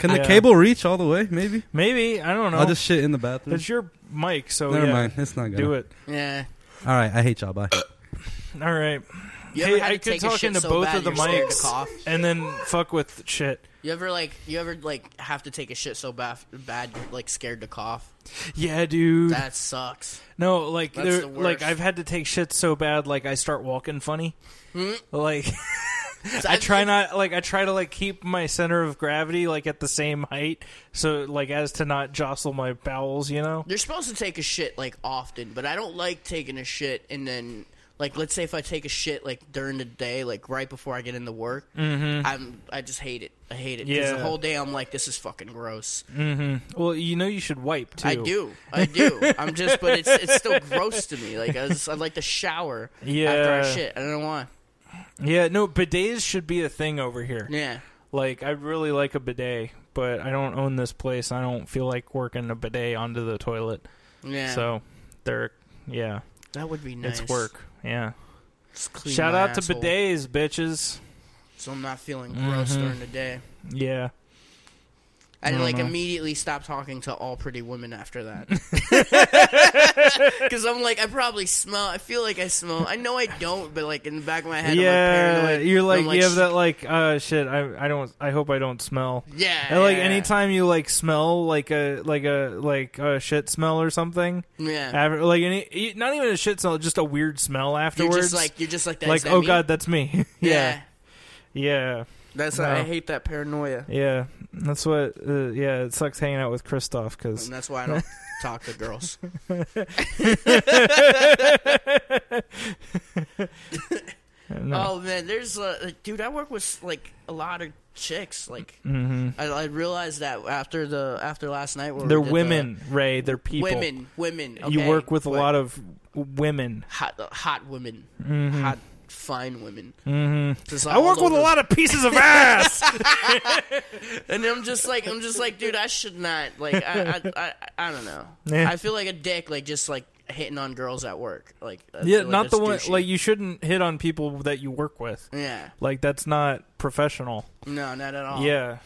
Speaker 1: Can the
Speaker 2: Yeah.
Speaker 1: cable reach all the way? Maybe.
Speaker 2: maybe I don't know.
Speaker 1: I'll just shit in the bathroom.
Speaker 2: it's your mic, so
Speaker 1: Never
Speaker 2: yeah,
Speaker 1: mind. It's not gonna
Speaker 2: Do it.
Speaker 3: yeah.
Speaker 1: All right, I hate y'all. Bye.
Speaker 2: All right,
Speaker 3: You
Speaker 2: Hey,
Speaker 3: ever had
Speaker 2: I
Speaker 3: to
Speaker 2: could
Speaker 3: take a
Speaker 2: talk
Speaker 3: shit
Speaker 2: into
Speaker 3: so
Speaker 2: both
Speaker 3: bad
Speaker 2: of the
Speaker 3: you're scared to
Speaker 2: mics.
Speaker 3: cough?
Speaker 2: and then fuck with shit.
Speaker 3: You ever like you ever like have to take a shit so bad, bad you're like scared to cough?
Speaker 2: Yeah, dude.
Speaker 3: That sucks.
Speaker 2: no, like
Speaker 3: That's
Speaker 2: there,
Speaker 3: the worst.
Speaker 2: like I've had to take shit so bad, like I start walking funny.
Speaker 3: Hmm?
Speaker 2: Like I try not like I try to like keep my center of gravity like at the same height, so like as to not jostle my bowels, you know.
Speaker 3: You're supposed to take a shit like often, but I don't like taking a shit and then like let's say if I take a shit like during the day, like right before I get into work, mm-hmm. I'm I just hate it. I hate it because
Speaker 2: Yeah.
Speaker 3: the whole day I'm like this is fucking gross.
Speaker 2: Well, you know you should wipe too.
Speaker 3: I do, I do. I'm just, but it's it's still gross to me. Like I just, I'd like to shower after I
Speaker 2: Yeah.
Speaker 3: shit. I don't know why.
Speaker 2: Yeah, no, bidets should be a thing over here.
Speaker 3: Yeah,
Speaker 2: Like I really like a bidet, but I don't own this place. I don't feel like working a bidet onto the toilet.
Speaker 3: yeah.
Speaker 2: So, they're yeah,
Speaker 3: that would be nice.
Speaker 2: it's work. Yeah.
Speaker 3: Just clean
Speaker 2: Shout
Speaker 3: my
Speaker 2: out to
Speaker 3: asshole
Speaker 2: bidets, bitches.
Speaker 3: So I'm not feeling gross
Speaker 2: Mhm.
Speaker 3: during the day.
Speaker 2: Yeah.
Speaker 3: I
Speaker 2: don't
Speaker 3: like
Speaker 2: know.
Speaker 3: immediately stop talking to all pretty women after that. Because I'm like, I probably smell. I feel like I smell. I know I don't, but like in the back of my head, I'm like
Speaker 2: Yeah,
Speaker 3: paranoid.
Speaker 2: you're
Speaker 3: And
Speaker 2: like,
Speaker 3: I'm
Speaker 2: you have that like uh shit. I I don't. I hope I don't smell.
Speaker 3: Yeah.
Speaker 2: And, like
Speaker 3: yeah,
Speaker 2: anytime you like smell like a like a like a shit smell or something,
Speaker 3: Yeah.
Speaker 2: af- like any you- not even a shit smell, just a weird smell
Speaker 3: You're
Speaker 2: afterwards.
Speaker 3: just like you're just like that.
Speaker 2: Like,
Speaker 3: is that
Speaker 2: oh
Speaker 3: me?
Speaker 2: god, that's me.
Speaker 3: Yeah.
Speaker 2: yeah, yeah,
Speaker 3: That's
Speaker 2: No.
Speaker 3: why I hate that paranoia.
Speaker 2: yeah. That's what. Uh, yeah, it sucks hanging out with Christoph because
Speaker 3: And that's why I don't talk to girls. Oh man, there's uh, like, dude. I work with like a lot of chicks. Like
Speaker 2: hmm
Speaker 3: I, I realized that after the after last night, where we
Speaker 2: they're
Speaker 3: did the-
Speaker 2: women, Ray. They're people.
Speaker 3: Women, women. Okay?
Speaker 2: You work with a lot of women.
Speaker 3: hot, uh, hot women, hot, fine women. Mm-hmm.
Speaker 2: Mm-hmm. I work with a lot of pieces of ass.
Speaker 3: and I'm just like, I'm just like, dude, I should not. Like, I, I, I, I don't know.
Speaker 2: Yeah.
Speaker 3: I feel like a dick, like just like hitting on girls at work. Like, I
Speaker 2: yeah,
Speaker 3: feel like
Speaker 2: not the
Speaker 3: that's
Speaker 2: one.
Speaker 3: douchey.
Speaker 2: Like you shouldn't hit on people that you work with.
Speaker 3: yeah,
Speaker 2: Like that's not professional.
Speaker 3: no, not at all.
Speaker 2: Yeah.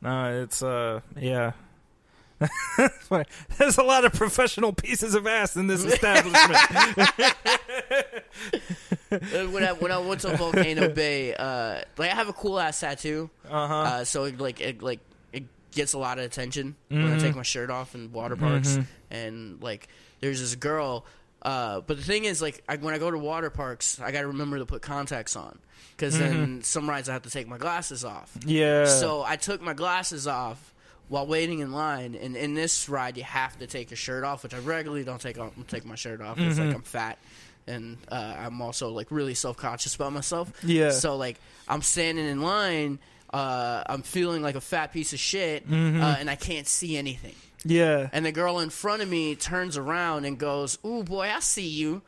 Speaker 2: No, it's uh, yeah. Funny. There's a lot of professional pieces of ass in this establishment.
Speaker 3: Uh, When I when I went to Volcano Bay, uh, like I have a cool ass tattoo.
Speaker 2: Uh-huh.
Speaker 3: Uh, so it, like it like it gets a lot of attention when
Speaker 2: Mm-hmm.
Speaker 3: I take my shirt off in water parks and like there's this girl. Uh, but the thing is, like I, when I go to water parks, I got to remember to put contacts on because then some rides I have to take my glasses off.
Speaker 2: Mm-hmm. Yeah.
Speaker 3: So I took my glasses off while waiting in line, and in this ride you have to take your shirt off, which I regularly don't take off, take my shirt off. It's
Speaker 2: Mm-hmm.
Speaker 3: like I'm fat, and uh, I'm also like really self conscious about myself.
Speaker 2: Yeah.
Speaker 3: So like I'm standing in
Speaker 2: Mm-hmm.
Speaker 3: line, uh, I'm feeling like a fat piece of shit, uh, and I can't see anything.
Speaker 2: Yeah.
Speaker 3: and the girl in front of me turns around and goes, "Ooh, boy, I see you."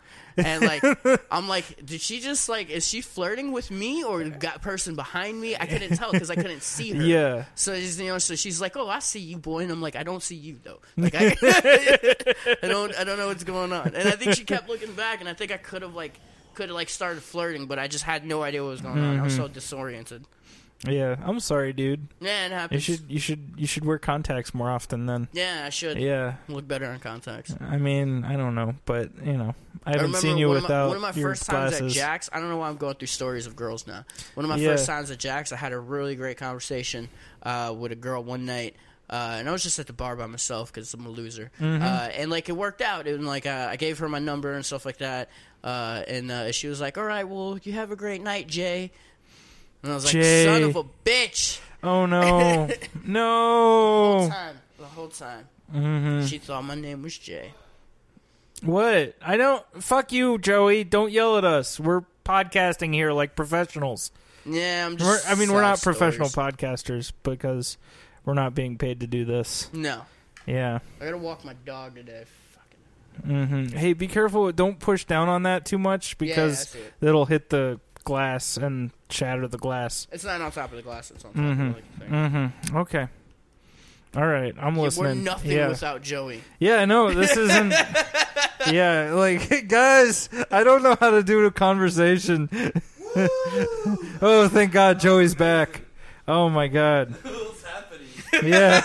Speaker 3: And like, I'm like, did she just like, is she flirting with me or got person behind me? I couldn't tell because I couldn't see her.
Speaker 2: Yeah.
Speaker 3: So she's, you know, so she's like, "Oh, I see you, boy," and I'm like, "I don't see you though. Like, I, I don't, I don't know what's going on." And I think she kept looking back, and I think I could have like, could have like started flirting, but I just had no idea what was going on. I was so
Speaker 2: Mm-hmm.
Speaker 3: disoriented.
Speaker 2: Yeah. I'm sorry, dude.
Speaker 3: Yeah, it
Speaker 2: You
Speaker 3: happens.
Speaker 2: should you should you should wear contacts more often then.
Speaker 3: yeah, I should
Speaker 2: Yeah.
Speaker 3: look better in contacts.
Speaker 2: I mean, I don't know, but you know, I haven't
Speaker 3: remember
Speaker 2: seen you
Speaker 3: one of my-
Speaker 2: without
Speaker 3: one of my
Speaker 2: your
Speaker 3: first
Speaker 2: glasses.
Speaker 3: times at Jack's. I don't know why I'm going through stories of girls now. One of my
Speaker 2: Yeah.
Speaker 3: first times at Jack's, I had a really great conversation uh, with a girl one night. Uh, and I was just at the bar by myself because I'm a loser.
Speaker 2: Mm-hmm.
Speaker 3: Uh, and like it worked out. And like uh, I gave her my number and stuff like that. Uh, and uh, she was like, "All right, well, you have a great night, Jay." And I was like,
Speaker 2: Jay.
Speaker 3: "Son of a bitch!"
Speaker 2: Oh no,
Speaker 3: The whole
Speaker 2: no.
Speaker 3: time, the whole time,
Speaker 2: hmm
Speaker 3: she thought my name was Jay.
Speaker 2: What? I don't. Fuck you, Joey. Don't yell at us. We're podcasting here like professionals.
Speaker 3: Yeah, I'm
Speaker 2: We're,
Speaker 3: just.
Speaker 2: I mean, we're
Speaker 3: sad
Speaker 2: not professional
Speaker 3: stories.
Speaker 2: podcasters because we're not being paid to do this.
Speaker 3: no,
Speaker 2: Yeah.
Speaker 3: I gotta walk my dog today. Fucking
Speaker 2: hmm Hey, be careful. Don't push down on that too much because
Speaker 3: that's it.
Speaker 2: it'll hit the glass and shatter the glass.
Speaker 3: It's not on top of the glass. It's on top
Speaker 2: Mhm.
Speaker 3: of like, the thing.
Speaker 2: Mm-hmm. Okay. All right. I'm
Speaker 3: Yeah,
Speaker 2: listening.
Speaker 3: We're nothing
Speaker 2: yeah.
Speaker 3: without Joey.
Speaker 2: Yeah, no, this isn't. yeah, like guys, I don't know how to do a conversation. oh, thank God, Joey's back. Oh my God.
Speaker 1: What's happening?
Speaker 2: Yeah.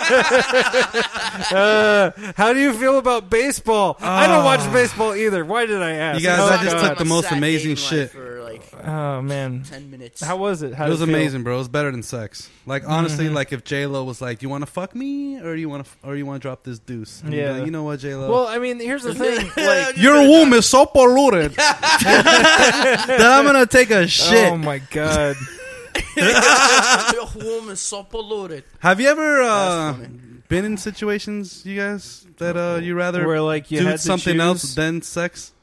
Speaker 2: uh, how do you feel about baseball? I don't watch baseball either. Why did I ask?
Speaker 1: Ah. You guys,
Speaker 2: oh,
Speaker 1: I just
Speaker 2: God.
Speaker 1: took the most
Speaker 3: Sad
Speaker 1: amazing
Speaker 3: dating life
Speaker 1: shit.
Speaker 3: for like
Speaker 2: Oh man,
Speaker 3: ten minutes.
Speaker 2: how was it? How
Speaker 1: it
Speaker 2: did
Speaker 1: was
Speaker 2: feel? Mm-hmm.
Speaker 1: amazing, bro. It was better than sex. Like honestly, like if J Lo was like, "Do you want to fuck me, or do you want to, or you want to drop this deuce?" And you'd be
Speaker 2: Yeah.
Speaker 1: like, you know what, J Lo.
Speaker 2: Well, I mean, here's the thing. Like,
Speaker 1: your womb is so polluted that I'm gonna take a shit.
Speaker 2: oh my God.
Speaker 3: Your home is so polluted.
Speaker 1: Have you ever uh,
Speaker 3: funny.
Speaker 1: been in situations, you guys, that uh, you rather
Speaker 2: Where like you
Speaker 1: do
Speaker 2: had to
Speaker 1: something
Speaker 2: choose?
Speaker 1: else than sex?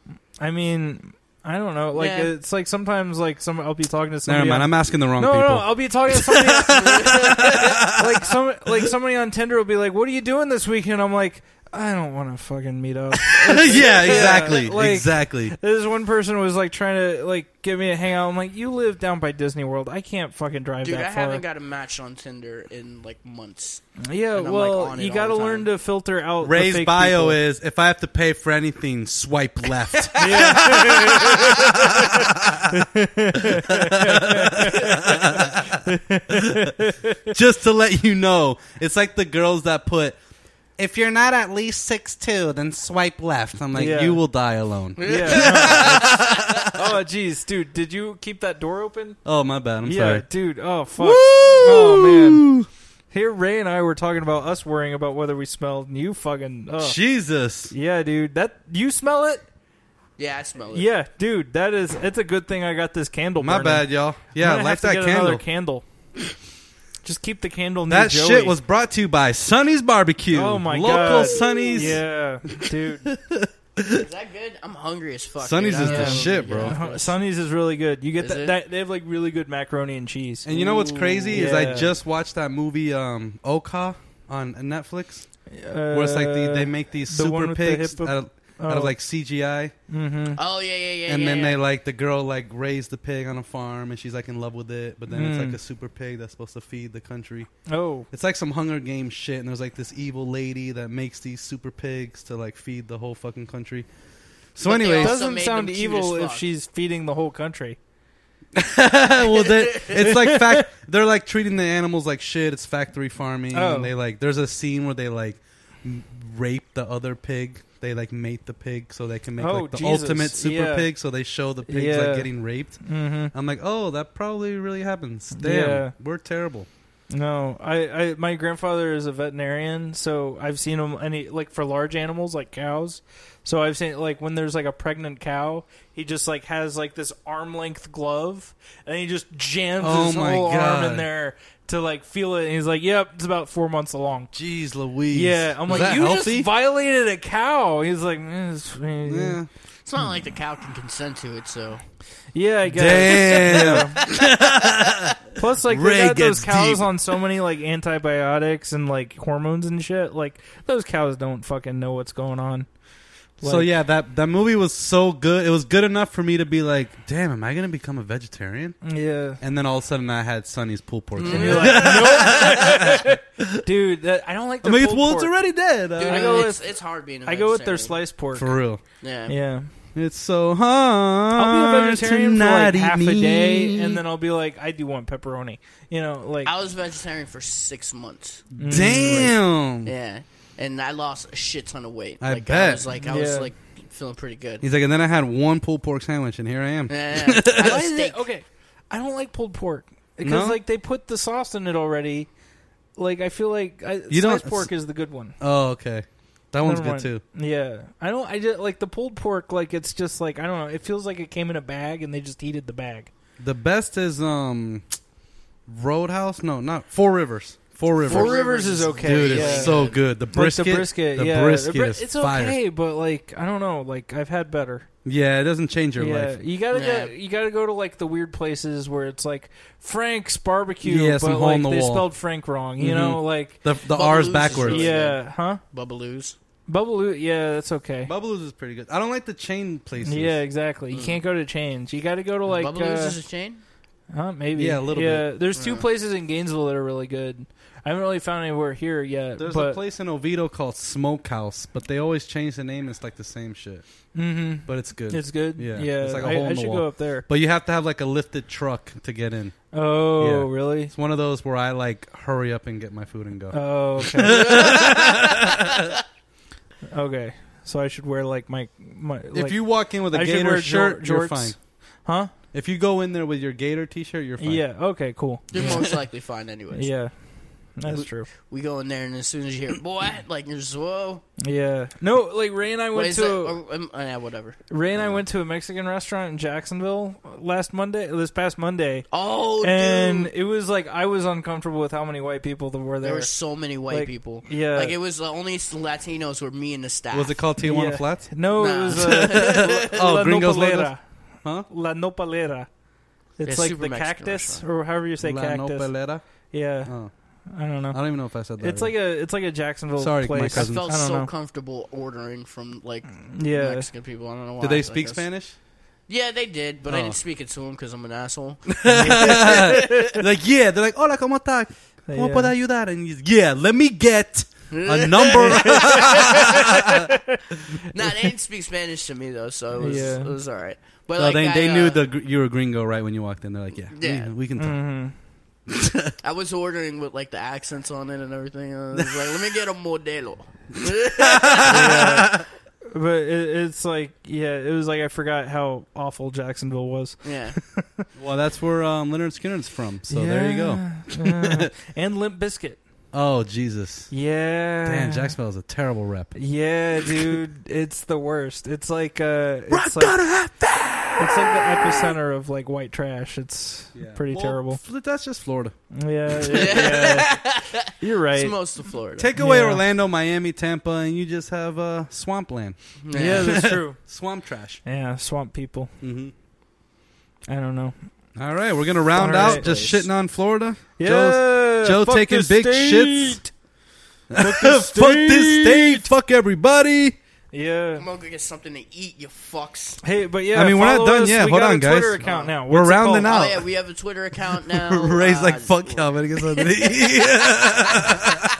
Speaker 2: I mean, I don't know. Like
Speaker 3: Yeah.
Speaker 2: it's like sometimes like some I'll be talking to
Speaker 1: Never
Speaker 2: somebody. on-
Speaker 1: mind. I'm asking the wrong
Speaker 2: no,
Speaker 1: people.
Speaker 2: no, I'll be talking to somebody. like some like somebody on Tinder will be like, "What are you doing this weekend?" I'm like, "I don't want to fucking meet up."
Speaker 1: yeah, exactly,
Speaker 2: uh, like-
Speaker 1: exactly.
Speaker 2: this one person was like trying to like get me to hang out. I'm like, "You live down by Disney World. I can't fucking drive
Speaker 3: Dude,
Speaker 2: that
Speaker 3: I
Speaker 2: far."
Speaker 3: haven't got a match on Tinder in like months.
Speaker 2: yeah,
Speaker 3: and I'm, like,
Speaker 2: well,
Speaker 3: on it
Speaker 2: you
Speaker 3: all
Speaker 2: got to
Speaker 3: the time.
Speaker 2: learn to filter out. the
Speaker 1: Ray's
Speaker 2: fake
Speaker 1: bio
Speaker 2: people.
Speaker 1: is: If I have to pay for anything, swipe left. Just to let you know, it's like the girls that put. If you're not at least six two, then swipe left. I'm like,
Speaker 2: Yeah.
Speaker 1: you will die alone.
Speaker 2: Yeah. no, it's- oh, jeez, dude, did you keep that door open?
Speaker 1: Oh my bad. I'm
Speaker 2: yeah,
Speaker 1: sorry.
Speaker 2: dude. Oh, fuck.
Speaker 1: Woo!
Speaker 2: Oh man. Here, Ray and I were talking about us worrying about whether we smelled. And you fucking. Ugh.
Speaker 1: Jesus.
Speaker 2: Yeah, dude. That you smell it?
Speaker 3: Yeah, I smell it.
Speaker 2: Yeah, dude. That is. It's a good thing I got this candle.
Speaker 1: Oh, My
Speaker 2: burning.
Speaker 1: bad, y'all.
Speaker 2: I'm
Speaker 1: Yeah,
Speaker 2: gonna
Speaker 1: light
Speaker 2: have to
Speaker 1: that
Speaker 2: get
Speaker 1: candle.
Speaker 2: Another candle. Just keep the candle. Near
Speaker 1: That
Speaker 2: Joey.
Speaker 1: shit was brought to you by Sonny's Barbecue.
Speaker 2: Oh my
Speaker 1: Local
Speaker 2: God.
Speaker 1: Sonny's.
Speaker 2: Yeah, dude.
Speaker 3: Is that good? I'm hungry as fuck.
Speaker 1: Sonny's
Speaker 3: dude.
Speaker 1: is
Speaker 3: I
Speaker 2: the
Speaker 3: don't
Speaker 1: shit,
Speaker 3: know.
Speaker 1: bro.
Speaker 2: Uh, Sonny's is really good. You get
Speaker 3: Is
Speaker 2: that,
Speaker 3: it?
Speaker 2: that? They have like really good macaroni and cheese.
Speaker 1: And you know what's crazy is I
Speaker 2: Yeah.
Speaker 1: just watched that movie um, Oka on Netflix, where it's like the, they make these
Speaker 2: Uh, the one
Speaker 1: super
Speaker 2: with the
Speaker 1: pigs
Speaker 2: hippo-
Speaker 1: out, of, out
Speaker 2: Oh,
Speaker 1: of like CGI,
Speaker 2: hmm
Speaker 3: Oh yeah, yeah, yeah.
Speaker 1: and
Speaker 3: yeah,
Speaker 1: then
Speaker 3: yeah.
Speaker 1: they like the girl like raised the pig on a farm, and she's like in love with it, but then it's
Speaker 2: Mm.
Speaker 1: like a super pig that's supposed to feed the country.
Speaker 2: Oh,
Speaker 1: It's like some Hunger Games shit, and there's like this evil lady that makes these super pigs to like feed the whole fucking country. So,
Speaker 3: But they
Speaker 1: anyways,
Speaker 3: also
Speaker 2: doesn't
Speaker 3: made them
Speaker 2: sound
Speaker 3: cute
Speaker 2: evil
Speaker 3: as
Speaker 2: if
Speaker 3: fuck.
Speaker 2: she's feeding the whole country.
Speaker 1: well, they, it's like fact. They're like treating the animals like shit. It's factory farming,
Speaker 2: Oh.
Speaker 1: and they like. There's a scene where they like m- rape the other pig. They like mate the pig so they can make
Speaker 2: Oh,
Speaker 1: like the
Speaker 2: Jesus.
Speaker 1: ultimate super
Speaker 2: Yeah.
Speaker 1: pig. So they show the pigs
Speaker 2: Yeah.
Speaker 1: like getting raped.
Speaker 2: Mm-hmm.
Speaker 1: I'm like, oh, that probably really happens. Damn,
Speaker 2: Yeah.
Speaker 1: we're terrible.
Speaker 2: No, I, I my grandfather is a veterinarian, so I've seen him any like for large animals like cows. So I've seen like when there's like a pregnant cow, he just like has like this arm length glove, and he just jams
Speaker 1: Oh
Speaker 2: his
Speaker 1: my
Speaker 2: whole arm in
Speaker 1: God.
Speaker 2: there to like feel it. And he's like, "Yep, it's about four months along."
Speaker 1: Jeez, Louise.
Speaker 2: Yeah, I'm
Speaker 1: Is
Speaker 2: like,
Speaker 1: that
Speaker 2: "You
Speaker 1: healthy?
Speaker 2: just violated a cow." He's like, "Eh, it's- eh."
Speaker 1: yeah.
Speaker 3: it's not like the cow can consent to it, so
Speaker 2: "Yeah, I guess."
Speaker 1: Damn.
Speaker 2: Plus, like
Speaker 1: Ray
Speaker 2: they got those
Speaker 1: gets
Speaker 2: cows
Speaker 1: deep.
Speaker 2: on so many like antibiotics and like hormones and shit. Like those cows don't fucking know what's going on.
Speaker 1: so
Speaker 2: Like,
Speaker 1: yeah, that that movie was so good. It was good enough for me to be like, "Damn, am I gonna become a vegetarian?"
Speaker 2: yeah.
Speaker 1: And then all of a sudden, I had Sonny's pulled pork.
Speaker 3: Mm,
Speaker 2: And you're like, nope. dude, that, I don't like.
Speaker 1: I
Speaker 2: Their
Speaker 1: mean, it's,
Speaker 2: pulled
Speaker 1: well, it's
Speaker 2: pork.
Speaker 1: already dead.
Speaker 3: Dude,
Speaker 1: uh,
Speaker 2: I go
Speaker 3: it's, it's hard being. a
Speaker 2: I go with their
Speaker 3: vegetarian.
Speaker 2: sliced pork.
Speaker 1: for real,
Speaker 3: Yeah.
Speaker 2: yeah,
Speaker 1: it's so hard.
Speaker 2: I'll be a vegetarian
Speaker 1: to
Speaker 2: for like
Speaker 1: not eat
Speaker 2: half a day,
Speaker 1: meat.
Speaker 2: and then I'll be like, I do want pepperoni. You know, like
Speaker 3: I was vegetarian for six months.
Speaker 2: mm,
Speaker 1: damn.
Speaker 3: Yeah, and I lost a shit ton of weight.
Speaker 1: Mm. I
Speaker 3: like, I
Speaker 1: bet.
Speaker 3: was like, I was
Speaker 2: Yeah.
Speaker 3: like feeling pretty good.
Speaker 1: He's like, and then I had one pulled pork sandwich, and here I am.
Speaker 3: Yeah, yeah. I had
Speaker 2: Why
Speaker 3: a
Speaker 2: did
Speaker 3: steak.
Speaker 2: they, okay, I don't like pulled pork because
Speaker 1: No?
Speaker 2: like they put the sauce in it already. Like I feel like I,
Speaker 1: You don't-
Speaker 2: sliced pork is the good one.
Speaker 1: Oh, okay, that one's
Speaker 2: Never
Speaker 1: good too.
Speaker 2: mind. Yeah, I don't. I just like the pulled pork. Like it's just like I don't know. It feels like it came in a bag and they just heated the bag.
Speaker 1: The best is um, Roadhouse. No, not Four Rivers. Four Rivers.
Speaker 2: Four
Speaker 3: Rivers
Speaker 2: Rivers
Speaker 3: is
Speaker 2: is okay.
Speaker 1: Dude,
Speaker 2: yeah.
Speaker 1: it's so good. The brisket,
Speaker 2: like the brisket,
Speaker 1: the
Speaker 2: yeah, The
Speaker 1: brisket
Speaker 2: bri-
Speaker 1: is
Speaker 2: it's
Speaker 1: fire.
Speaker 2: okay, but like I don't know. Like I've had better.
Speaker 1: Yeah, it doesn't change your
Speaker 2: yeah,
Speaker 1: life.
Speaker 2: you gotta
Speaker 3: Yeah.
Speaker 2: go. You gotta go to like the weird places where it's like Frank's barbecue.
Speaker 1: Yeah,
Speaker 2: Yeah,
Speaker 1: some
Speaker 2: but
Speaker 1: hole
Speaker 2: like
Speaker 1: in the
Speaker 2: they
Speaker 1: wall.
Speaker 2: spelled Frank wrong. You
Speaker 1: Mhm.
Speaker 2: know, like
Speaker 1: The the
Speaker 3: Bubble
Speaker 1: R's
Speaker 3: Loose is
Speaker 1: backwards.
Speaker 3: really-
Speaker 2: yeah, huh?
Speaker 3: Bubbaloo's.
Speaker 2: Bubble, yeah, that's okay.
Speaker 1: Bubbaloo's is pretty good. I don't like the chain places.
Speaker 2: Yeah, exactly. You can't go to chains. You got to go to like
Speaker 3: Bubbaloo's
Speaker 2: uh,
Speaker 3: Mm. is a chain.
Speaker 2: huh, maybe.
Speaker 1: Yeah, a little
Speaker 2: yeah, There's two
Speaker 3: Yeah.
Speaker 2: places in Gainesville that are really good. I haven't really found anywhere here yet.
Speaker 1: There's
Speaker 2: but,
Speaker 1: a place in Oviedo called Smokehouse, but they always change the name. It's like the same shit,
Speaker 2: hmm
Speaker 1: but it's good.
Speaker 2: It's good.
Speaker 1: Yeah,
Speaker 2: Yeah,
Speaker 1: it's like a
Speaker 2: I-
Speaker 1: hole
Speaker 2: I,
Speaker 1: in the
Speaker 2: should
Speaker 1: wall.
Speaker 2: go up there.
Speaker 1: but you have to have like a lifted truck to get in.
Speaker 2: Oh,
Speaker 1: Yeah.
Speaker 2: really?
Speaker 1: It's one of those where I like hurry up and get my food and go.
Speaker 2: Oh, okay. okay. So I should wear like my my.
Speaker 1: if
Speaker 2: like,
Speaker 1: you walk in with a
Speaker 2: I should
Speaker 1: Gator
Speaker 2: wear jor-
Speaker 1: shirt, you're
Speaker 2: jorts.
Speaker 1: fine.
Speaker 2: huh?
Speaker 1: If you go in there with your Gator t-shirt, you're fine.
Speaker 2: Yeah. Okay. Cool.
Speaker 3: You're most likely fine, anyways.
Speaker 2: Yeah. That's
Speaker 1: We-
Speaker 2: true.
Speaker 3: We go in there, and as soon as you hear "boy," like you're just whoa.
Speaker 2: Yeah. No, like Ray and I
Speaker 3: What
Speaker 2: went
Speaker 3: is
Speaker 2: to
Speaker 3: that?
Speaker 2: a-
Speaker 3: Or, um, uh, yeah, whatever.
Speaker 2: Ray and
Speaker 1: Oh.
Speaker 2: I went to a Mexican restaurant in Jacksonville last Monday, this past Monday,
Speaker 3: Oh,
Speaker 2: and
Speaker 3: dude.
Speaker 2: it was like I was uncomfortable with how many white people there were there.
Speaker 3: there were so many white
Speaker 2: like,
Speaker 3: people.
Speaker 2: yeah,
Speaker 3: Like it was the only Latinos were me and the staff.
Speaker 1: uh, Was it called Tijuana
Speaker 2: Yeah.
Speaker 1: Flats?
Speaker 2: no,
Speaker 3: Nah.
Speaker 2: it was uh,
Speaker 1: Oh,
Speaker 2: La
Speaker 1: Gringos Locos?
Speaker 2: Nopalera,
Speaker 1: Huh?
Speaker 2: La Nopalera. It's
Speaker 3: It's
Speaker 2: like
Speaker 3: super
Speaker 2: the
Speaker 3: Mexican
Speaker 2: cactus
Speaker 3: restaurant.
Speaker 2: or however you say
Speaker 1: La
Speaker 2: cactus.
Speaker 1: Nopalera?
Speaker 2: Yeah,
Speaker 1: Oh,
Speaker 2: I don't
Speaker 1: I
Speaker 2: know.
Speaker 1: don't even know if I said that.
Speaker 2: It's like a it's like a Jacksonville
Speaker 1: Sorry, my
Speaker 2: place.
Speaker 3: I
Speaker 1: cousin.
Speaker 3: felt
Speaker 2: I don't
Speaker 3: so
Speaker 2: know.
Speaker 3: comfortable ordering from like
Speaker 2: Yeah,
Speaker 3: Mexican people. I don't know why.
Speaker 1: Mm. Did they
Speaker 3: like,
Speaker 1: speak
Speaker 3: that's-
Speaker 1: Spanish?
Speaker 3: Yeah, they did, but I
Speaker 1: Oh.
Speaker 3: didn't speak it to them because I'm an asshole.
Speaker 1: like yeah, they're like hola cómo está, cómo puedo
Speaker 2: yeah.
Speaker 1: ayudar, and he's, yeah, let me get a number.
Speaker 3: nah, they didn't speak Spanish to me though, so it was,
Speaker 2: Yeah.
Speaker 3: it was all right. But
Speaker 1: no,
Speaker 3: like,
Speaker 1: they
Speaker 3: I,
Speaker 1: they
Speaker 3: uh,
Speaker 1: knew the gr- you were gringo right when you walked in. They're like yeah,
Speaker 3: Yeah.
Speaker 1: we, we can talk.
Speaker 2: hmm
Speaker 3: I was ordering with like the accents on it and everything. And I was like, let me get a modelo.
Speaker 2: yeah. But it, it's like, yeah, it was like I forgot how awful Jacksonville was.
Speaker 3: yeah,
Speaker 2: Mm.
Speaker 1: Well, that's where um, Leonard Skinner's from. So there you go.
Speaker 2: go. and Limp Biscuit.
Speaker 1: Oh Jesus,
Speaker 2: Yeah.
Speaker 1: damn, Jacksonville is a terrible rep.
Speaker 2: Yeah, dude, it's the worst. It's like uh, it's like it's like the epicenter of like white trash. It's pretty
Speaker 1: Well,
Speaker 2: terrible.
Speaker 1: f- that's just Florida.
Speaker 2: Yeah, it- yeah. you're right.
Speaker 3: it's most of Florida.
Speaker 1: Take away
Speaker 2: Yeah.
Speaker 1: Orlando, Miami, Tampa, and you just have uh, swampland,
Speaker 2: yeah, that's true.
Speaker 1: swamp trash.
Speaker 2: Yeah, swamp people.
Speaker 1: Mm-hmm.
Speaker 2: I don't know.
Speaker 1: All right, we're gonna round
Speaker 2: All
Speaker 1: out
Speaker 2: right.
Speaker 1: just shitting on Florida.
Speaker 2: Yeah,
Speaker 1: Joe
Speaker 2: fuck
Speaker 1: taking
Speaker 2: this
Speaker 1: big
Speaker 2: state. Fuck this state.
Speaker 1: Fuck this state. Fuck everybody.
Speaker 2: Yeah.
Speaker 3: I'm gonna go get something to eat, you fucks.
Speaker 2: Hey, but yeah,
Speaker 1: I mean, we're not
Speaker 2: follow
Speaker 1: done
Speaker 2: us.
Speaker 1: yet.
Speaker 2: We
Speaker 1: Hold
Speaker 2: got
Speaker 1: on,
Speaker 2: a Twitter
Speaker 1: guys.
Speaker 2: account now.
Speaker 1: We're
Speaker 2: What's it
Speaker 1: rounding
Speaker 2: called?
Speaker 1: out.
Speaker 3: Oh yeah, we have a Twitter account now.
Speaker 1: Ray's
Speaker 3: Uh,
Speaker 1: like, fuck y'all, man. I guess I'll do it."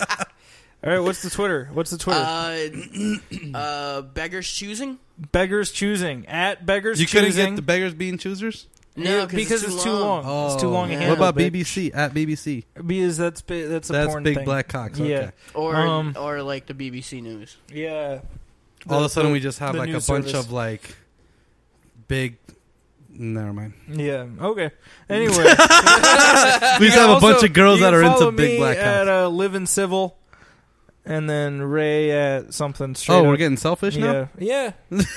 Speaker 2: All right, what's the Twitter? What's the Twitter?
Speaker 3: Uh, uh, beggars choosing.
Speaker 2: beggars choosing at beggars
Speaker 1: you couldn't
Speaker 2: choosing.
Speaker 1: get the beggars being choosers?
Speaker 3: No,
Speaker 2: Yeah, because it's too long.
Speaker 1: Oh.
Speaker 2: It's too long.
Speaker 3: Yeah.
Speaker 2: Yeah.
Speaker 1: What about BBC? At BBC.
Speaker 2: Because that's bi- that's a
Speaker 1: That's
Speaker 2: porn
Speaker 1: Big
Speaker 2: thing.
Speaker 1: Black Cox. Okay.
Speaker 2: Yeah.
Speaker 3: Or
Speaker 2: Um,
Speaker 3: or like the BBC News.
Speaker 2: Yeah.
Speaker 1: All of
Speaker 2: The-
Speaker 1: a sudden,
Speaker 2: the-
Speaker 1: we just have
Speaker 2: the
Speaker 1: like a bunch
Speaker 2: news service.
Speaker 1: of like big. Never mind.
Speaker 2: Yeah. Okay. Anyway,
Speaker 1: We just have a bunch
Speaker 2: also-
Speaker 1: of girls
Speaker 2: you
Speaker 1: that
Speaker 2: can
Speaker 1: are into
Speaker 2: follow
Speaker 1: Big
Speaker 2: me
Speaker 1: Black
Speaker 2: at
Speaker 1: Cox.
Speaker 2: uh, live in civil, and then Ray at something. Straight
Speaker 1: Oh, we're
Speaker 2: up.
Speaker 1: getting selfish now?
Speaker 2: Yeah. yeah. Wait, wait,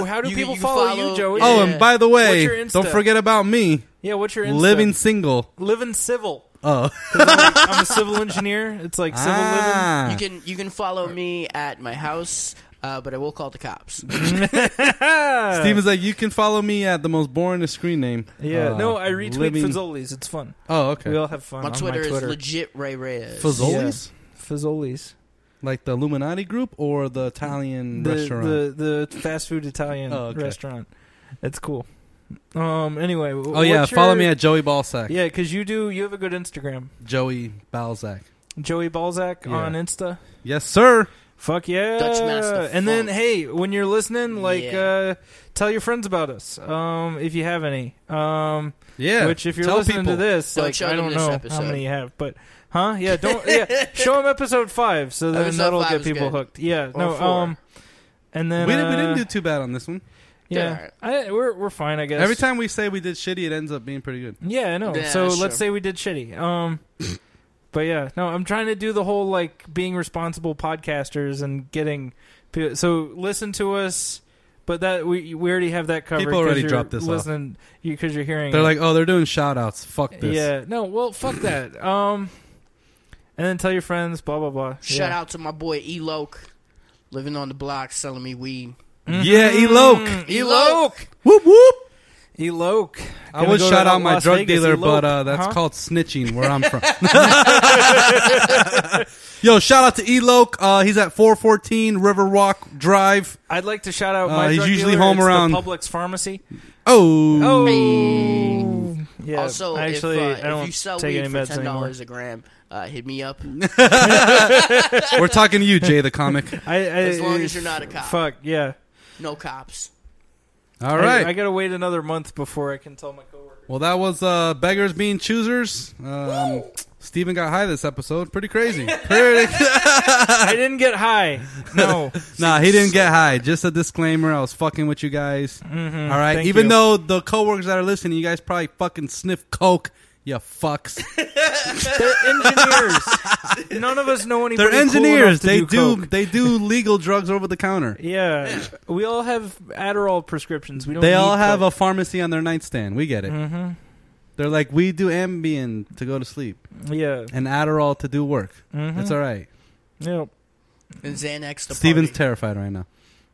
Speaker 2: wait, how do
Speaker 3: You-
Speaker 2: people
Speaker 3: you
Speaker 2: follow,
Speaker 3: follow-
Speaker 2: you, Joey?
Speaker 1: Oh,
Speaker 3: Yeah.
Speaker 1: and by the way,
Speaker 2: your Insta?
Speaker 1: don't forget about me.
Speaker 2: yeah. What's your Insta?
Speaker 1: Living single.
Speaker 2: living civil.
Speaker 1: Oh.
Speaker 2: I'm a civil engineer. It's like civil
Speaker 1: Ah.
Speaker 3: You can you can follow me at my house. uh, but I will call the cops.
Speaker 1: Steven's like, you can follow me at the most boring screen name.
Speaker 2: Yeah,
Speaker 1: Uh,
Speaker 2: no, I retweet
Speaker 1: living-
Speaker 2: Fazoli's. It's fun.
Speaker 1: Oh,
Speaker 2: We
Speaker 1: okay.
Speaker 2: all have fun.
Speaker 3: my,
Speaker 2: on
Speaker 3: Twitter
Speaker 2: my Twitter
Speaker 3: is legit Ray Reyes.
Speaker 1: Fazoli's?
Speaker 2: Fazoli's.
Speaker 1: Like the Illuminati group or the Italian
Speaker 2: the,
Speaker 1: Mm, restaurant?
Speaker 2: The the fast food Italian
Speaker 1: Oh, okay.
Speaker 2: restaurant. It's cool. Um. Anyway. wh-
Speaker 1: oh, yeah.
Speaker 2: what's
Speaker 1: Follow
Speaker 2: your-
Speaker 1: me at Joey Balzac.
Speaker 2: Yeah, because you do. You have a good Instagram.
Speaker 1: Joey Balzac.
Speaker 2: Joey Balzac
Speaker 1: Yeah.
Speaker 2: on Insta.
Speaker 1: Yes, sir.
Speaker 2: Fuck yeah!
Speaker 3: Dutch Master
Speaker 2: and then
Speaker 3: Funk.
Speaker 2: hey, when you're listening, like, uh,
Speaker 3: Yeah.
Speaker 2: tell your friends about us. Um, if you have any. Um,
Speaker 1: Yeah.
Speaker 2: which if you're
Speaker 1: Tell
Speaker 2: listening
Speaker 1: people.
Speaker 2: to this,
Speaker 3: Don't
Speaker 2: like,
Speaker 3: show
Speaker 2: I
Speaker 3: them
Speaker 2: don't
Speaker 3: this
Speaker 2: know how
Speaker 3: episode.
Speaker 2: many you have, but huh? Yeah, don't. Yeah, show them episode five, so then
Speaker 3: Episode
Speaker 2: that'll
Speaker 3: five
Speaker 2: get
Speaker 3: is
Speaker 2: people
Speaker 3: good.
Speaker 2: hooked. Yeah.
Speaker 3: Or
Speaker 2: no.
Speaker 3: four.
Speaker 2: Um. And then
Speaker 1: we, didn't, we
Speaker 2: uh,
Speaker 1: didn't do too bad on this one.
Speaker 2: Yeah, I, we're we're fine, I guess.
Speaker 1: Every time we say we did shitty, it ends up being pretty good.
Speaker 2: Yeah, I know.
Speaker 3: Yeah,
Speaker 2: so
Speaker 3: that's
Speaker 2: let's
Speaker 3: true.
Speaker 2: say we did shitty. Um, but yeah, no, I'm trying to do the whole like being responsible podcasters and getting. pe- So listen to us, but that we we already have that covered.
Speaker 1: People already
Speaker 2: you
Speaker 1: dropped this off.
Speaker 2: listening because you're hearing.
Speaker 1: They're
Speaker 2: it.
Speaker 1: like, oh, they're doing shout outs. Fuck this.
Speaker 2: yeah, no, well, fuck that. Um, and then tell your friends, blah blah blah.
Speaker 3: Shout
Speaker 2: yeah.
Speaker 3: out to my boy Eloke, living on the block, selling me weed.
Speaker 1: Yeah, Eloke.
Speaker 2: Mm-hmm. Eloke,
Speaker 1: Whoop, whoop.
Speaker 2: Eloke.
Speaker 1: I
Speaker 2: Gonna
Speaker 1: would
Speaker 2: go
Speaker 1: shout
Speaker 2: to
Speaker 1: out my
Speaker 2: Las
Speaker 1: drug
Speaker 2: Vegas,
Speaker 1: dealer,
Speaker 2: Eloke.
Speaker 1: but uh, that's
Speaker 2: Huh?
Speaker 1: called snitching where I'm from. Yo, shout out to Eloke. Uh, he's at 414 Riverwalk Drive.
Speaker 2: I'd like to shout out
Speaker 1: Uh,
Speaker 2: my.
Speaker 1: he's
Speaker 2: drug
Speaker 1: usually
Speaker 2: dealer.
Speaker 1: home
Speaker 2: It's the
Speaker 1: around-
Speaker 2: Publix pharmacy.
Speaker 1: Oh.
Speaker 2: Oh, yeah.
Speaker 3: also,
Speaker 2: actually,
Speaker 3: if, uh,
Speaker 2: I don't
Speaker 3: if you sell
Speaker 2: take
Speaker 3: weed
Speaker 2: any
Speaker 3: for
Speaker 2: meds
Speaker 3: ten
Speaker 2: anymore.
Speaker 3: dollars a gram, uh, hit me up.
Speaker 1: We're talking to you, Jay the comic.
Speaker 2: I, I,
Speaker 3: As long as you're not a cop.
Speaker 2: Fuck yeah.
Speaker 3: No cops.
Speaker 1: All
Speaker 2: I-
Speaker 1: right.
Speaker 2: I, gotta wait another month before I can tell my coworker.
Speaker 1: well, that was uh, Beggars Being Choosers. Um, Steven got high this episode. Pretty crazy. Pretty
Speaker 2: I didn't get high. No.
Speaker 1: Nah, he didn't get high. Just a disclaimer. I was fucking with you guys. All right.
Speaker 2: Mm-hmm. Mm, thank
Speaker 1: Even
Speaker 2: you.
Speaker 1: though the coworkers that are listening, you guys probably fucking sniff coke. You fucks.
Speaker 2: They're engineers. None of us know anybody.
Speaker 1: They're
Speaker 2: cool enough
Speaker 1: engineers.
Speaker 2: to
Speaker 1: they
Speaker 2: do.
Speaker 1: do.
Speaker 2: coke.
Speaker 1: they do legal drugs over the counter.
Speaker 2: Yeah. We all have Adderall prescriptions. We don't. Mm-hmm.
Speaker 1: They all have a pharmacy on their nightstand. We get it. They're like, we do Ambien to go to sleep
Speaker 2: a. Yeah.
Speaker 1: and Adderall to do work.
Speaker 2: Mhm.
Speaker 1: That's all right.
Speaker 2: Yep.
Speaker 3: And Xanax the
Speaker 1: Steven's
Speaker 3: party.
Speaker 1: terrified right now.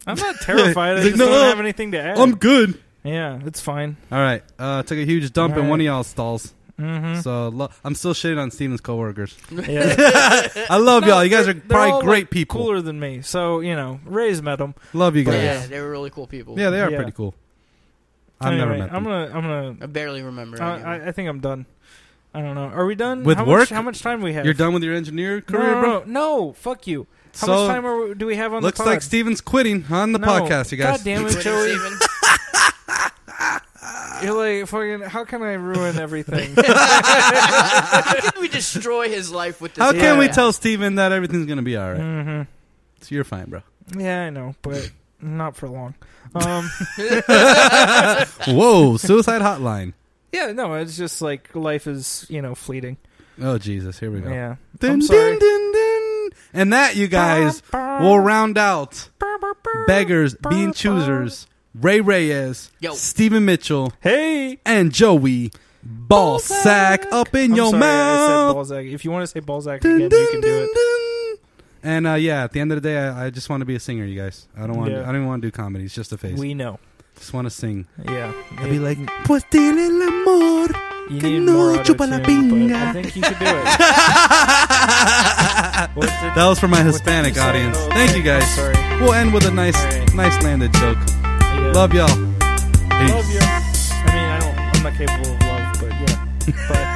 Speaker 2: I'm not terrified. I
Speaker 1: He's
Speaker 2: just
Speaker 1: like, "No,
Speaker 2: don't
Speaker 1: uh,
Speaker 2: have anything to add.
Speaker 1: good.
Speaker 2: yeah, it's fine.
Speaker 1: All right. Uh, took a huge dump
Speaker 2: All
Speaker 1: in one of
Speaker 2: right.
Speaker 1: y'all's stalls.
Speaker 2: Mm-hmm.
Speaker 1: So lo- I'm still shitting on Steven's coworkers.
Speaker 2: Yeah.
Speaker 1: I love
Speaker 2: No,
Speaker 1: y'all. You guys
Speaker 2: they're-
Speaker 1: are
Speaker 2: they're
Speaker 1: probably
Speaker 2: all,
Speaker 1: great
Speaker 2: like,
Speaker 1: people.
Speaker 2: Cooler than me. So you know, Ray's met them.
Speaker 1: Love you
Speaker 3: yeah,
Speaker 1: guys.
Speaker 2: Yes.
Speaker 1: Yeah,
Speaker 3: they were really cool people.
Speaker 1: they are
Speaker 2: Yeah.
Speaker 1: pretty cool. I've never
Speaker 2: Anyway,
Speaker 1: met
Speaker 2: I'm
Speaker 1: them.
Speaker 2: gonna. I'm gonna.
Speaker 3: I barely remember.
Speaker 2: I,
Speaker 3: any of
Speaker 2: I, I think I'm done. I don't know. Are we done
Speaker 1: With
Speaker 2: how
Speaker 1: work?
Speaker 2: Much, how much time we have?
Speaker 1: You're done with your engineer
Speaker 2: No,
Speaker 1: career,
Speaker 2: no,
Speaker 1: bro.
Speaker 2: no, no, fuck you. How
Speaker 1: So,
Speaker 2: much time are we, do we have on
Speaker 1: Looks
Speaker 2: the pod?
Speaker 1: like Steven's quitting on the
Speaker 2: No.
Speaker 1: podcast, you guys.
Speaker 2: God damn
Speaker 3: them.
Speaker 2: it,
Speaker 3: Twitter,
Speaker 2: Joey!
Speaker 3: Steven.
Speaker 2: You're like fucking. How can I ruin everything?
Speaker 3: How can we destroy his life with this?
Speaker 1: How can we
Speaker 3: podcast?
Speaker 1: tell Steven that everything's gonna be all right?
Speaker 2: hmm
Speaker 1: So you're fine, bro.
Speaker 2: Yeah, I know, but not for long. Um,
Speaker 1: Whoa, suicide hotline.
Speaker 2: yeah, no, it's just like life is you know fleeting.
Speaker 1: Oh Jesus, here we go.
Speaker 2: Yeah,
Speaker 1: Dun,
Speaker 2: I'm
Speaker 1: dun,
Speaker 2: sorry.
Speaker 1: dun, dun. And that, you guys, will round out beggars being choosers. Ray Reyes,
Speaker 3: Yo.
Speaker 1: Steven Mitchell,
Speaker 2: Hey,
Speaker 1: and Joey Ballsack
Speaker 2: Ballsack.
Speaker 1: up in
Speaker 2: I'm
Speaker 1: your
Speaker 2: sorry, I said
Speaker 1: mouth.
Speaker 2: Balzac. If you want to say Balzac
Speaker 1: Dun,
Speaker 2: again, you
Speaker 1: dun,
Speaker 2: can do it.
Speaker 1: dun, dun. And uh, yeah, at the end of the day, I, I just want to be a singer, you guys. I don't want.
Speaker 2: Yeah.
Speaker 1: I don't even want to do comedy. It's just a face.
Speaker 2: We know.
Speaker 1: just want to sing.
Speaker 2: Yeah,
Speaker 1: I'd be like, pues tiene el amor.
Speaker 2: you
Speaker 1: que
Speaker 2: need
Speaker 1: no
Speaker 2: more
Speaker 1: chupa la
Speaker 2: auto-tune, but I
Speaker 1: pinga.
Speaker 2: think you could do it.
Speaker 1: that
Speaker 2: What did-
Speaker 1: was for my
Speaker 2: what
Speaker 1: Hispanic
Speaker 2: did you say?
Speaker 1: audience.
Speaker 2: Oh,
Speaker 1: Thank
Speaker 2: okay.
Speaker 1: you guys.
Speaker 2: I'm sorry.
Speaker 1: We'll end with a nice,
Speaker 2: Alright.
Speaker 1: nice landed joke.
Speaker 2: Yeah.
Speaker 1: Love y'all. Peace.
Speaker 2: Love you. I mean, I don't. I'm not capable of love, but yeah. But.